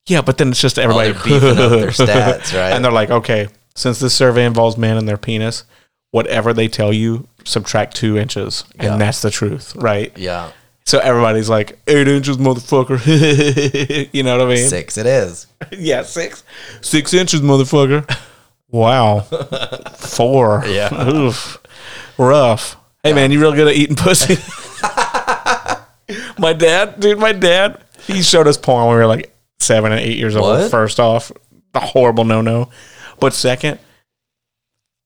Yeah, but then it's just everybody
Oh, they're beefing up
[LAUGHS]
their stats, right?
And they're like, okay, since this survey involves men and their penis, whatever they tell you, subtract two inches,
Yeah.
and that's the truth, right?
Yeah,
So everybody's like, eight inches, motherfucker. [LAUGHS] you know what I mean?
six it is.
[LAUGHS] Yeah, six. Six inches, motherfucker. Wow. Four.
Yeah.
[LAUGHS] Oof. Rough. Hey, man, you real good at eating pussy. [LAUGHS] my dad, dude, my dad, he showed us porn when we were like seven and eight years old.
What?
First off, a horrible no no. But second,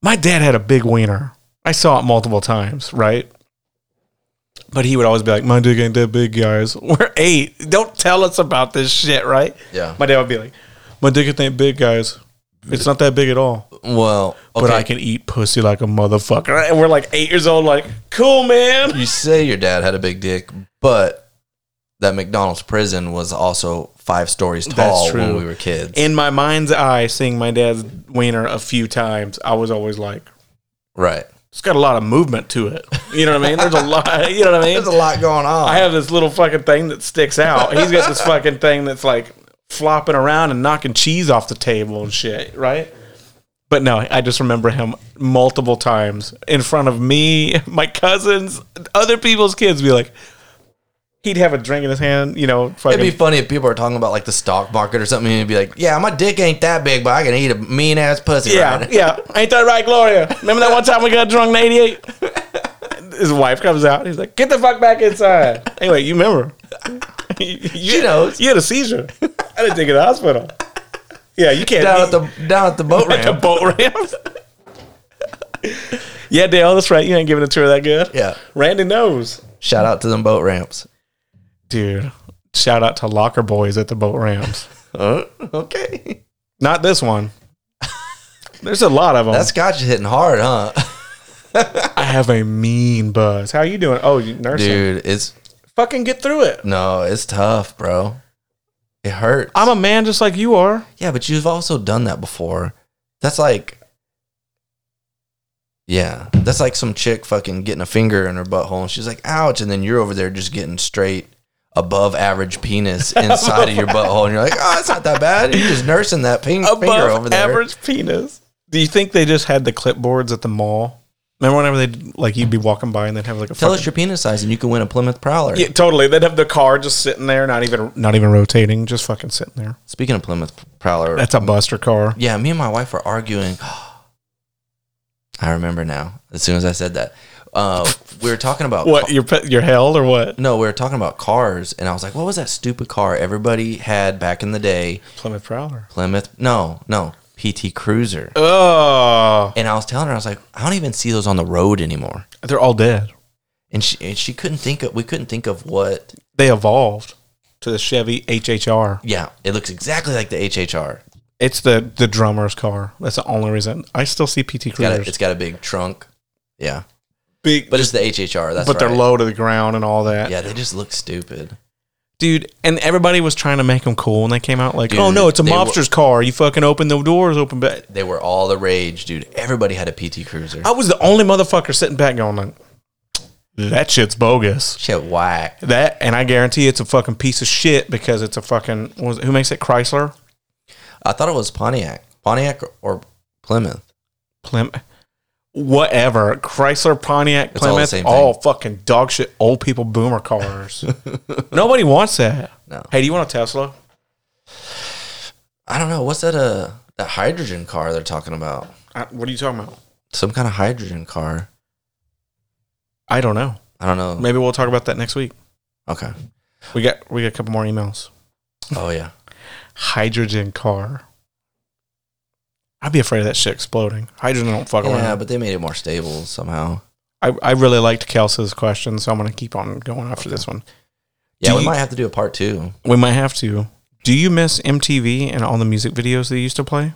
my dad had a big wiener. I saw it multiple times, right? But he would always be like, My dick ain't that big, guys. [LAUGHS] We're eight. Don't tell us about this shit, right?
Yeah.
My dad would be like, "My dick ain't big, guys. It's not that big at all,
Well, okay.
but I can eat pussy like a motherfucker." And we're like eight years old, like, "Cool, man."
you say your dad had a big dick, but that McDonald's prison was also five stories tall when
true.
we were kids.
In my mind's eye, seeing my dad's wiener a few times, I was always like,
right.
"It's got a lot of movement to it." You know what I mean? There's a lot. You know what I
[LAUGHS]
mean?
There's a lot going on.
I have this little fucking thing that sticks out. He's got this fucking thing that's like flopping around and knocking cheese off the table and shit, right? But no, I just remember him multiple times in front of me, [LAUGHS] my cousins, other people's kids be like, he'd have a drink in his hand, you know, fucking.
It'd be funny if people are talking about like the stock market or something, and you'd be like, "Yeah, my dick ain't that big, but I can eat a mean ass pussy."
yeah,
right?
yeah. Ain't that right, Gloria? Remember that one time we got drunk in 88? His wife comes out. He's like, get the fuck back inside. Anyway, you [LAUGHS] remember. you,
She knows.
You had a seizure. I didn't take you to the hospital. Yeah, you
[LAUGHS]
can't.
down
you-
at the down at the boat
at the
ramp.
boat ramp. yeah, Dale, that's right. You ain't giving it to her that good.
Yeah.
Randy knows.
Shout out to them boat ramps.
Dude, shout out to locker boys at the boat ramps.
Uh, okay,
Not this one. There's a lot of them.
that scotch is hitting hard, huh?
I have a mean buzz. How you doing? Oh, you nursing.
Dude, it's
Fucking get through it.
no, it's tough, bro. It hurts.
I'm a man just like you are.
yeah, but you've also done that before. That's like, yeah, that's like some chick fucking getting a finger in her butthole, and she's like, "Ouch!" And then you're over there just getting straight above average
[LAUGHS]
penis inside of your butthole, and you're like, "Oh, it's not that bad." You're just nursing that ping- finger over
Above
there.
average penis. Do you think they just had the clipboards at the mall? Remember whenever they like you'd be walking by and they'd have like a
Tell
fucking-
us your penis size, and you can win a Plymouth Prowler.
Yeah, totally. They'd have the car just sitting there, not even not even rotating, just fucking sitting there.
Speaking of Plymouth Prowler,
That's a buster car.
Yeah, me and my wife were arguing. [GASPS] I remember now. As soon as I said that, uh, we were talking about
What you're pe- you're held or what?
No, we were talking about cars, and I was like, "What was that stupid car everybody had back in the day?"
Plymouth Prowler.
Plymouth? No, no, PT Cruiser.
Oh,
And I was telling her, I was like, "I don't even see those on the road anymore."
they're all dead.
And she and she couldn't think of. We couldn't think of what.
They evolved to the Chevy HHR.
Yeah, it looks exactly like the HHR.
It's the the drummer's car. That's the only reason I still see
It's
PT
got a,
Cruisers.
it's got a big trunk. Yeah,
big,
but it's the HHR. That's
but they're
right.
low to the ground and all that.
Yeah, they just look stupid.
Dude, and everybody was trying to make them cool when they came out. Like,
Dude,
oh no, it's a
they were-
mobster's car. You fucking open the doors open. But
They were all the rage, dude. Everybody had a PT Cruiser.
I was the only motherfucker sitting back going like, that shit's bogus.
Shit, whack.
That and I guarantee it's a fucking piece of shit because it's a fucking what was it, who makes it Chrysler
I thought it was Pontiac, Pontiac or Plymouth.
Plymouth. Whatever, Chrysler, Pontiac,
all the
Plymouth,
same thing.
all, fucking dog shit, old people boomer
[LAUGHS]
cars. Nobody wants that.
No,
Hey, do you want a Tesla?
I don't know. What's that? Uh, that hydrogen car they're talking about?
I, what are you talking about?
Some kind of hydrogen car.
I don't know.
I don't know.
Maybe we'll talk about that next week. [LAUGHS]
Okay.
We got we got a couple more emails.
Oh yeah.
Hydrogen car. I'd be afraid of that shit exploding. Hydrogen don't fuck
Yeah,
around.
but they made it more stable somehow.
I, I really liked Kelsey's question, so I'm gonna keep on going after this one.
Yeah,
Do
we
you-
might have to do a part two.
We might have to. Do you miss MTV and all the music videos they used to play?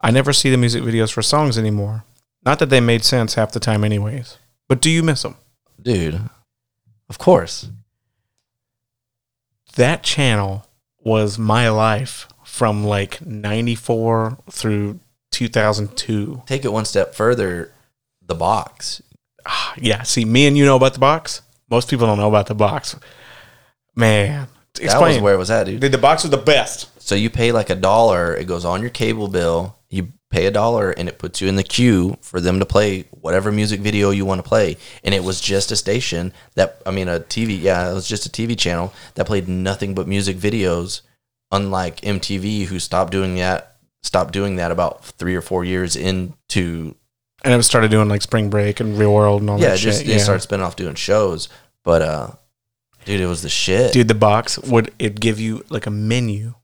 I never see the music videos for songs anymore. Not that they made sense half the time, anyways. But do you miss them?
Dude. Of course.
that channel was my life from like 94 through 2002.
Take it one step further. The box.
Ah, Yeah, see, me and you know about the box. Most people don't know about the box. Man,
That was
explain.
where it was at, dude.
Dude, the box was the best.
So you pay like a dollar, it goes on your cable bill, you pay a dollar and it puts you in the queue for them to play whatever music video you want to play. And it was just a station that I mean a TV, yeah, it was just a TV channel that played nothing but music videos, unlike MTV who stopped doing that stopped doing that about 3 or 4 years into
And I started doing like Spring Break and Real World and all
yeah,
that
just
shit.
they started spinning off doing shows, but uh dude, it was the shit.
Dude, the box would it give you like a menu,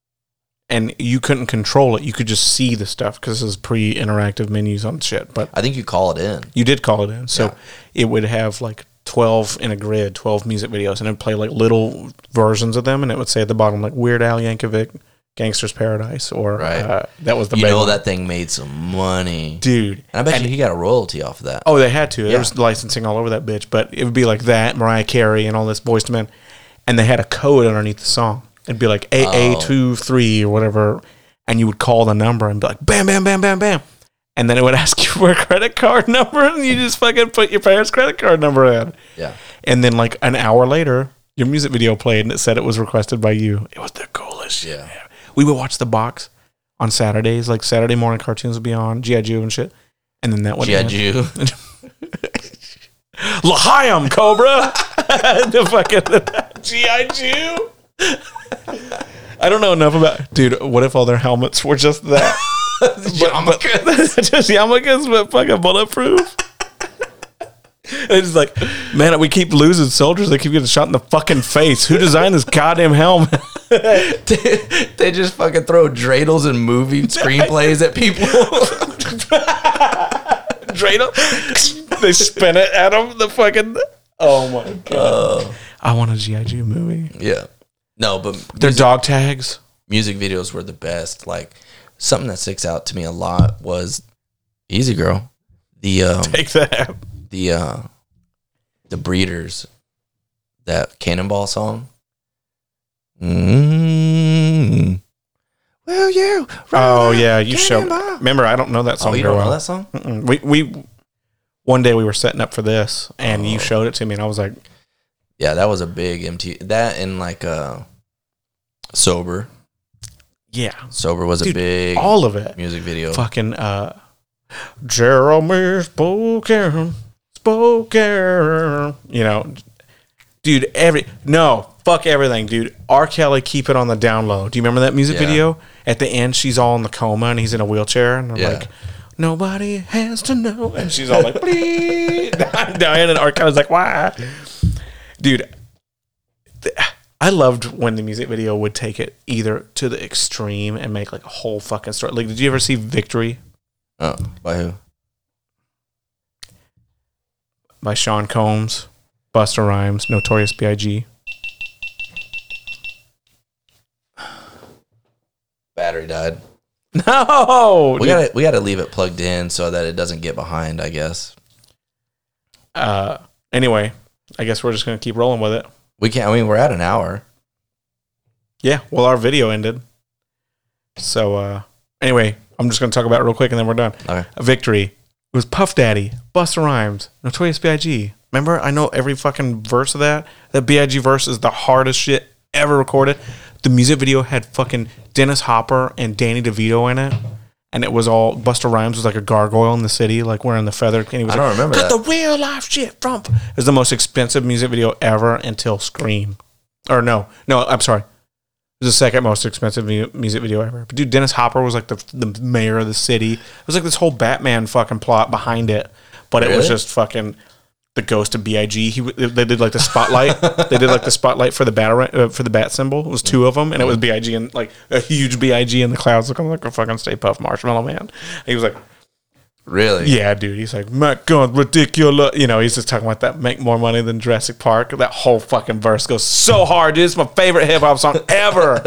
and you couldn't control it. You could just see the stuff because this is pre-interactive menus on shit. But
I think you call it in.
You did call it in. So it would have like 12 in a grid, 12 music videos, and it would play like little versions of them. And it would say at the bottom, like Weird Al Yankovic, Gangster's Paradise, or
Right.
uh, that was the
You
big
know
one.
that thing made some money.
dude.
And I bet you he got a royalty off of that.
Oh, they had to. There
Yeah.
was licensing all over that bitch, but it would be like that, Mariah Carey, and all this voiced men. And they had a code underneath the song. It'd be like
Oh.
AA23 or whatever. And you would call the number and be like, bam, bam, bam, bam, bam. And then it would [LAUGHS] ask you for a credit card number, and you just fucking put your parents' credit card number in.
Yeah.
And then like an hour later, your music video played and it said it was requested by you. It was the coolest shit.
Yeah.
ever. We would watch the box on Saturdays, like Saturday morning cartoons would be on, G.I. Joe and shit. And then that would
Yeah,
end. [LAUGHS]
Jew.
L'chaim, Cobra. [LAUGHS] the fucking G.I. Jew. I don't know enough about dude. What if all their helmets were just that? but, but, [LAUGHS] just yarmulkes, but fucking bulletproof. It's just like, man, we keep losing soldiers. They keep getting shot in the fucking face. Who designed this goddamn helmet?
[LAUGHS] they just fucking throw dreidels and [LAUGHS] movie screenplays at people.
Dreidel. [LAUGHS] they spin it at him. The fucking. Oh my god. Uh, I want a GI Joe movie.
[LAUGHS] yeah. No, but
Their dog tags.
music videos were the best. Like something that sticks out to me a lot was Easy Girl. The um [LAUGHS]
Take that.
the uh the breeders that cannonball song. Mm. Will you?
Oh [LAUGHS] yeah, you show.
Cannonball.
Remember, I don't know that song
Oh, you
very
don't know
well.
that song?
Mm-mm. We we one day we were setting up for this, and you
Oh.
showed it to me, and I was like,
Yeah, that was a big MT. That and like uh, sober.
yeah,
Sober was
Dude,
a big
all of it.
music video.
Fucking uh, Jeremy Spoken, Spoken. You know, dude. Every no, fuck everything, dude. R. Kelly, keep it on the down low. Do you remember that music
Yeah.
video? At the end, she's all in the coma, and he's in a wheelchair, and I'm
Yeah.
like. Nobody has to know. And she's all like, please. [LAUGHS] I'm dying. And R. Kelly's like, why? Dude, I loved when the music video would take it either to the extreme and make like a whole fucking story. Like, did you ever see Victory
Oh, by who?
by Sean Combs, Busta Rhymes, Notorious B.I.G.?
Battery died.
[LAUGHS] No,
We
dude.
gotta we gotta leave it plugged in so that it doesn't get behind. I guess
Uh, anyway, I guess we're just gonna keep rolling with it.
we can't. I mean, we're at an hour.
Yeah, well, our video ended. So uh anyway, I'm just gonna talk about it real quick and then we're done.
Okay.
A victory. It was Puff Daddy, Busta Rhymes, Notorious B.I.G. Remember, I know every fucking verse of that. That B.I.G. verse is the hardest shit ever recorded. The music video had fucking Dennis Hopper and Danny DeVito in it. And it was all Buster Rhymes was like a gargoyle in the city, like wearing the feather. And he was
I
like,
don't remember
Got
that.
the real life shit from. It was the most expensive music video ever until Scream. Or no, no, I'm sorry. It was the second most expensive mu- music video ever. But dude, Dennis Hopper was like the, the mayor of the city. It was like this whole Batman fucking plot behind it. But it
Really?
was just fucking the ghost of Big. He w- they did like the spotlight. they did like the spotlight for the bat uh, for the bat symbol. It was two of them, and it was Big and like a huge Big in the clouds looking like a fucking Stay Puff Marshmallow Man. he was like.
Really?
Yeah, dude. He's like, my God, ridiculous. You know, he's just talking about that make more money than Jurassic Park. That whole fucking verse goes so hard, dude. It's my favorite hip hop song ever.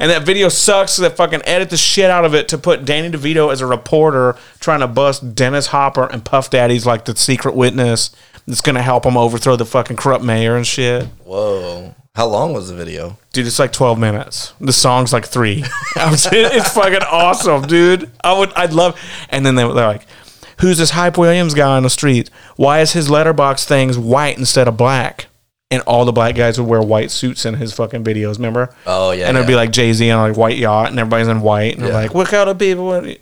and that video sucks. So they fucking edit the shit out of it to put Danny DeVito as a reporter trying to bust Dennis Hopper and Puff Daddy's like the secret witness that's going to help him overthrow the fucking corrupt mayor and shit.
Whoa. How long was the video?
Dude, it's like 12 minutes. The song's like three. [LAUGHS] I'm just- it's fucking awesome, dude. I would, I'd love. And then they, they're like, who's this Hype Williams guy on the street? Why is his letterbox things white instead of black? And all the black guys would wear white suits in his fucking videos, remember?
Oh yeah.
and it'd
yeah.
be like Jay Z on like white yacht, and everybody's in white, and they're
Yeah.
like, "Look how the people," in-"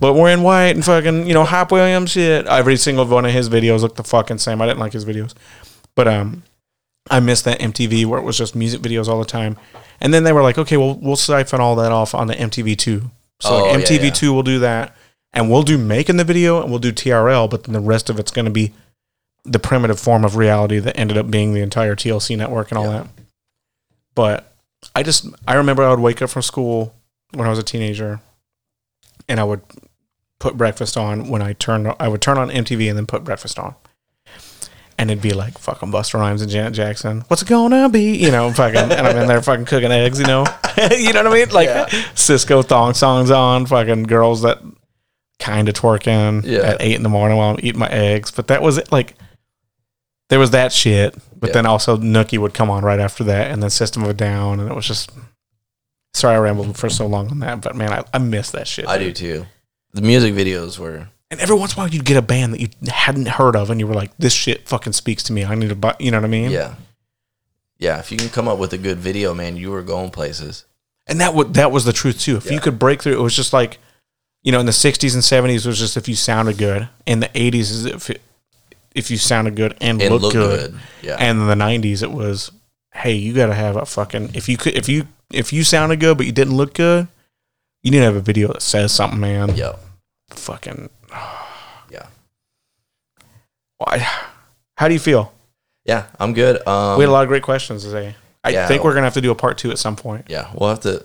but we're in white and fucking you know Hop Williams shit. Every single one of his videos looked the fucking same. I didn't like his videos, but um, I missed that MTV where it was just music videos all the time. And then they were like, "Okay, well we'll siphon all that off on the MTV two. So
Oh, yeah,
like MTV
yeah.
two will do that, and we'll do making the video, and we'll do TRL, but then the rest of it's going to be." The primitive form of reality that ended up being the entire TLC network and all
Yeah.
that but I just I remember I would wake up from school when I was a teenager, and I would put breakfast on when I turned I would turn on MTV and then put breakfast on, and it'd be like fucking Buster Rhymes and Janet Jackson. What's it gonna be? You know, fucking, and I'm in there fucking cooking eggs. You know, [LAUGHS] you know what I mean? Like Cisco thong songs on, fucking girls that kind of twerking
Yeah.
at eight in the morning while I'm eating my eggs. But that was it. Like there was that shit, but
Yeah.
then also Nookie would come on right after that, and then System of a Down, and it was just. Sorry, I rambled for so long on that, but man, I, I miss that shit.
I do too. The music videos were
And every once in a while, you'd get a band that you hadn't heard of, and you were like, "This shit fucking speaks to me. I need to buy." You know what I mean?
yeah. Yeah, if you can come up with a good video, man, you were going places.
and that would that was the truth too. If you
Yeah.
could break through, it was just like, you know, in the '60s and '70s it was just if you sounded good. In the '80s, is if it, if you sounded good and,
And
looked
look
good.
good. Yeah.
And in the '90s, it was, hey, you got to have a fucking if you could if you if you sounded good but you didn't look good, you need to have a video that says something, man.
yeah.
Fucking
Yeah.
Why? How do you feel?
Yeah, I'm good. Um
we had a lot of great questions today. I
Yeah.
think we're gonna have to do a part two at some point.
Yeah, we'll have to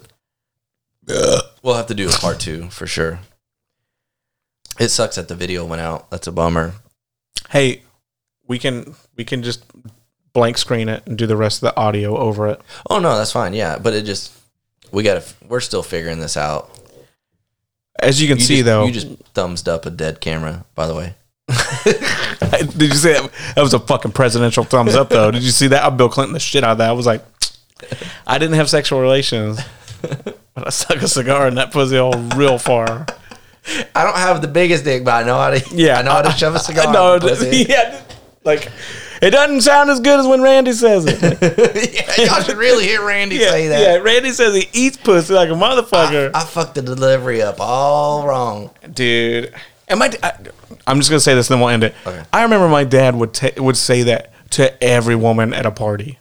we'll have to do a part two for sure. It sucks that the video went out. That's a bummer.
Hey, we can we can just blank screen it and do the rest of the audio over it.
Oh no, that's fine. Yeah, but it just we gotta. We're still figuring this out.
As you can
You
see,
just,
though,
you just thumbsed up a dead camera. By the way,
[LAUGHS] did you see that? That was a fucking presidential thumbs up, though. Did you see that? I Bill Clinton the shit out of that. I was like, I didn't have sexual relations, but I stuck a cigar in that pussy hole real far.
I don't have the biggest dick, but I know how to.
[LAUGHS] Yeah,
I know how to shove a cigar.
I
up
know.
a pussy.
[LAUGHS]
[LAUGHS]
yeah, like it doesn't sound as good as when Randy says
[LAUGHS]
it.
yeah, y'all should really hear Randy
Yeah,
say that.
yeah, Randy says he eats pussy like a motherfucker,
I fucked the delivery up all wrong.
dude. And my, I, I'm just gonna say this, and then we'll end it.
Okay.
I remember my dad would ta would say that to every woman at a party.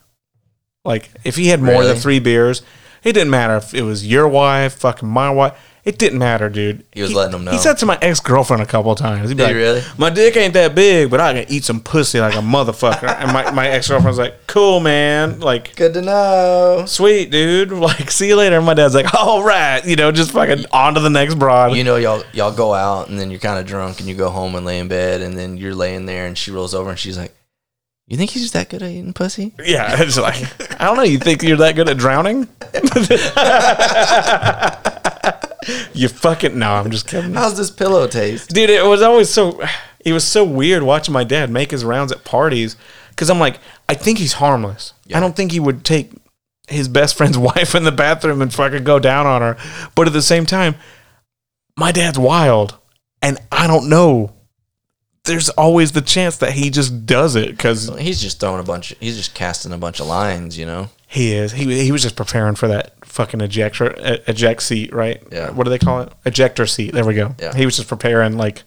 Like if he had more
Really?
than three beers, it didn't matter if it was your wife, fucking my wife. It didn't matter, dude.
He was letting 'em know.
He said to my ex girlfriend a couple of times. He'd be
Did
like,
he really?
My dick ain't that big, but I can eat some pussy like a motherfucker. and my, my ex girlfriend's like, Cool, man. Like,
Good to know.
sweet, dude. [LAUGHS] Like, see you later. And my dad's like, All right. You know, just fucking on to the next broad.
You know, y'all y'all go out and then you're kind of drunk and you go home and lay in bed and then you're laying there and she rolls over and she's like, "You think he's that good at eating pussy?"
Yeah, [LAUGHS] it's like I don't know. You think you're that good at drowning? [LAUGHS] you fucking no. I'm just kidding,
How's this pillow taste?
dude. It was always so. It was so weird watching my dad make his rounds at parties because I'm like, I think he's harmless. I don't think he would take his best friend's [LAUGHS] wife in the bathroom and fucking go down on her. But at the same time, my dad's wild, and I don't know. There's always the chance that he just does it because
He's just throwing a bunch. He's just casting a bunch of lines, you know.
He is. He he was just preparing for that fucking ejector e- eject seat, right?
Yeah.
What do they call it? Ejector seat. There we go.
Yeah.
He was just preparing like,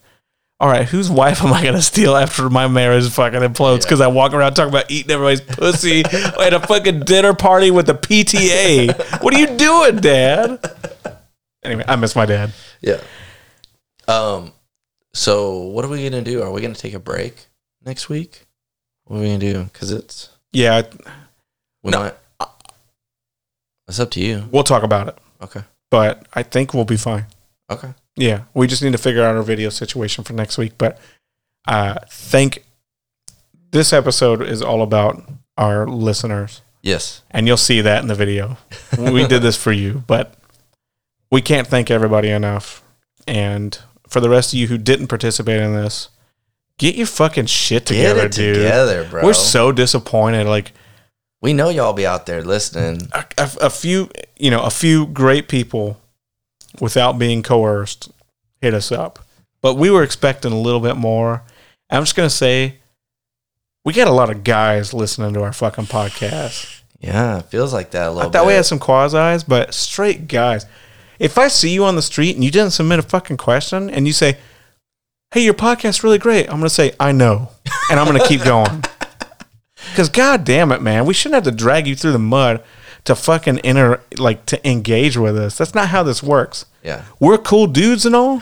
all right, whose wife am I gonna steal after my marriage fucking implodes? Because I walk around talking about eating everybody's
[LAUGHS]
pussy at a fucking dinner party with the PTA. what are you doing, Dad? Anyway, I miss my dad.
Yeah. Um. So what are we gonna do? Are we gonna take a break next week? What are we gonna do? Because it's
Yeah,
we
No.
might. It's up to you.
we'll talk about it,
Okay.
but I think we'll be fine.
Okay.
Yeah, we just need to figure out our video situation for next week. But uh thank this episode is all about our listeners,
Yes.
and you'll see that in the video. we did this for you, but we can't thank everybody enough. And for the rest of you who didn't participate in this, get your fucking shit together,
Get it
dude.
together, bro.
We're so disappointed. Like
we know y'all be out there listening.
a, a, a few, you know, a few great people without being coerced hit us up. But we were expecting a little bit more. I'm just going to say we got a lot of guys listening to our fucking podcast.
Yeah, it feels like that a
I
little
thought
bit.
we had some quasis, but straight guys. If I see you on the street and you didn't submit a fucking question and you say, hey, your podcast's really great, I'm going to say, I know. And I'm going to keep going. Because god damn it, man, we shouldn't have to drag you through the mud to fucking enter, like to engage with us. That's not how this works.
yeah.
We're cool dudes and all,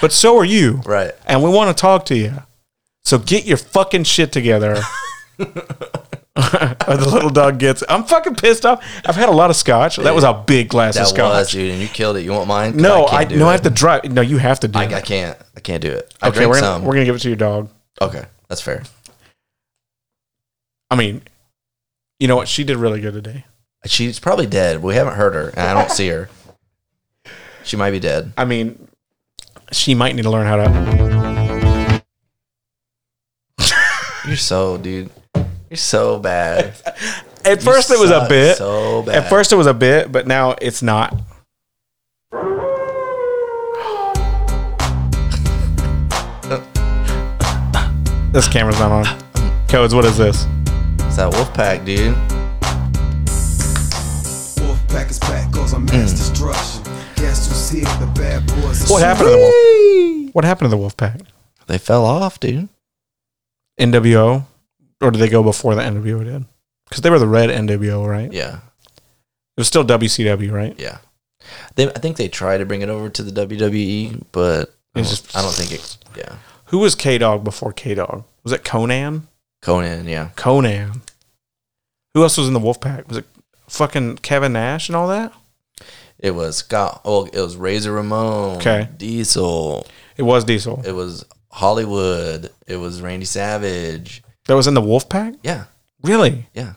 but so are you,
Right.
and we want to talk to you. So get your fucking
[LAUGHS]
shit together. or the little dog gets. I'm fucking pissed off. I've had a lot of scotch. That was a big glass
That
of scotch.
was, dude, and you killed it. You want mine? 'Cause
No,
can't
I,
do
no, I
it.
have to drive. No, you have to do.
I,
it.
I can't. I can't do it. I
okay,
drink
we're gonna,
some.
we're gonna give it to your dog.
okay, that's fair.
I mean, you know what? She did really good today.
She's probably dead. We haven't heard her, and I don't see her. She might be dead.
I mean, she might need to learn how to.
You're so, dude. You're so bad. You
At first, it was a
suck
bit.
So bad.
At first, it was a bit, but now it's not. this camera's not on. Codes, what is this?
it's that wolf pack, dude.
Wolf pack is back, cause I'm mass destruction. Guess who's here? The bad boys.
What happened to the wolf? What happened to the wolf pack?
They fell off, dude.
NWO, or did they go before the NWO did? Because they were the red NWO, right? It
Yeah,
was still WCW, right?
yeah. They, I think they tried to bring it over to the WWE, but I don't,
It's just-
I don't think it. Yeah,
Who was K Dog before K Dog? Was it Conan?
Conan. Yeah,
Conan. Who else was in the wolf pack? Was it fucking Kevin Nash and all that?
it was Scott. Oh, it was Razor Ramon.
Okay.
Diesel.
It was Diesel.
It was Hollywood. It was Randy Savage.
That was in the wolf pack?
Yeah,
Really?
yeah.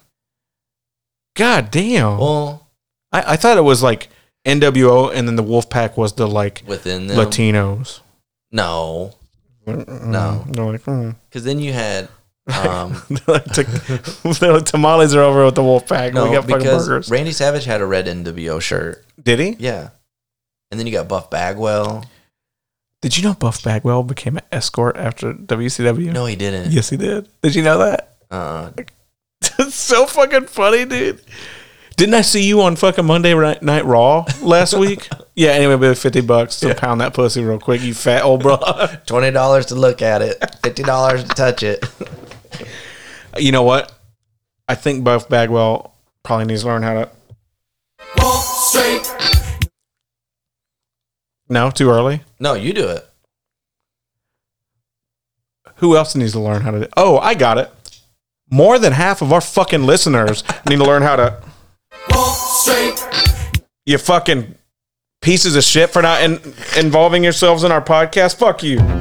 God damn.
Well,
I, I thought it was like NWO and then the wolf pack was the like
within them.
Latinos.
No,
No. They're like, mm.
because then you had. Um,
[LAUGHS] They're like, "Ta- [LAUGHS] they're like, tamales are over with the wolf pack. we
no,
got fucking
because
burgers.
Randy Savage had a red NWO shirt.
Did he?
Yeah. And then you got Buff Bagwell.
Did you know Buff Bagwell became an escort after WCW?
No, he didn't.
Yes, he did. Did you know that? [LAUGHS]
Uh,
It's so fucking funny, dude. Didn't I see you on fucking Monday Ri- Night Raw
[LAUGHS]
last week? yeah, anyway, but 50 bucks to pound that pussy real quick, you fat old bro.
[LAUGHS] twenty dollars to look at it, fifty dollars to touch it. [LAUGHS]
you know what? I think Buff Bagwell probably needs to learn how to.
Walk straight.
No, too early.
No, you do it.
Who else needs to learn how to? Oh, I got it. More than half of our fucking listeners [LAUGHS] need to learn how to.
Walk straight.
You fucking pieces of shit for not in, involving yourselves in our podcast. Fuck you.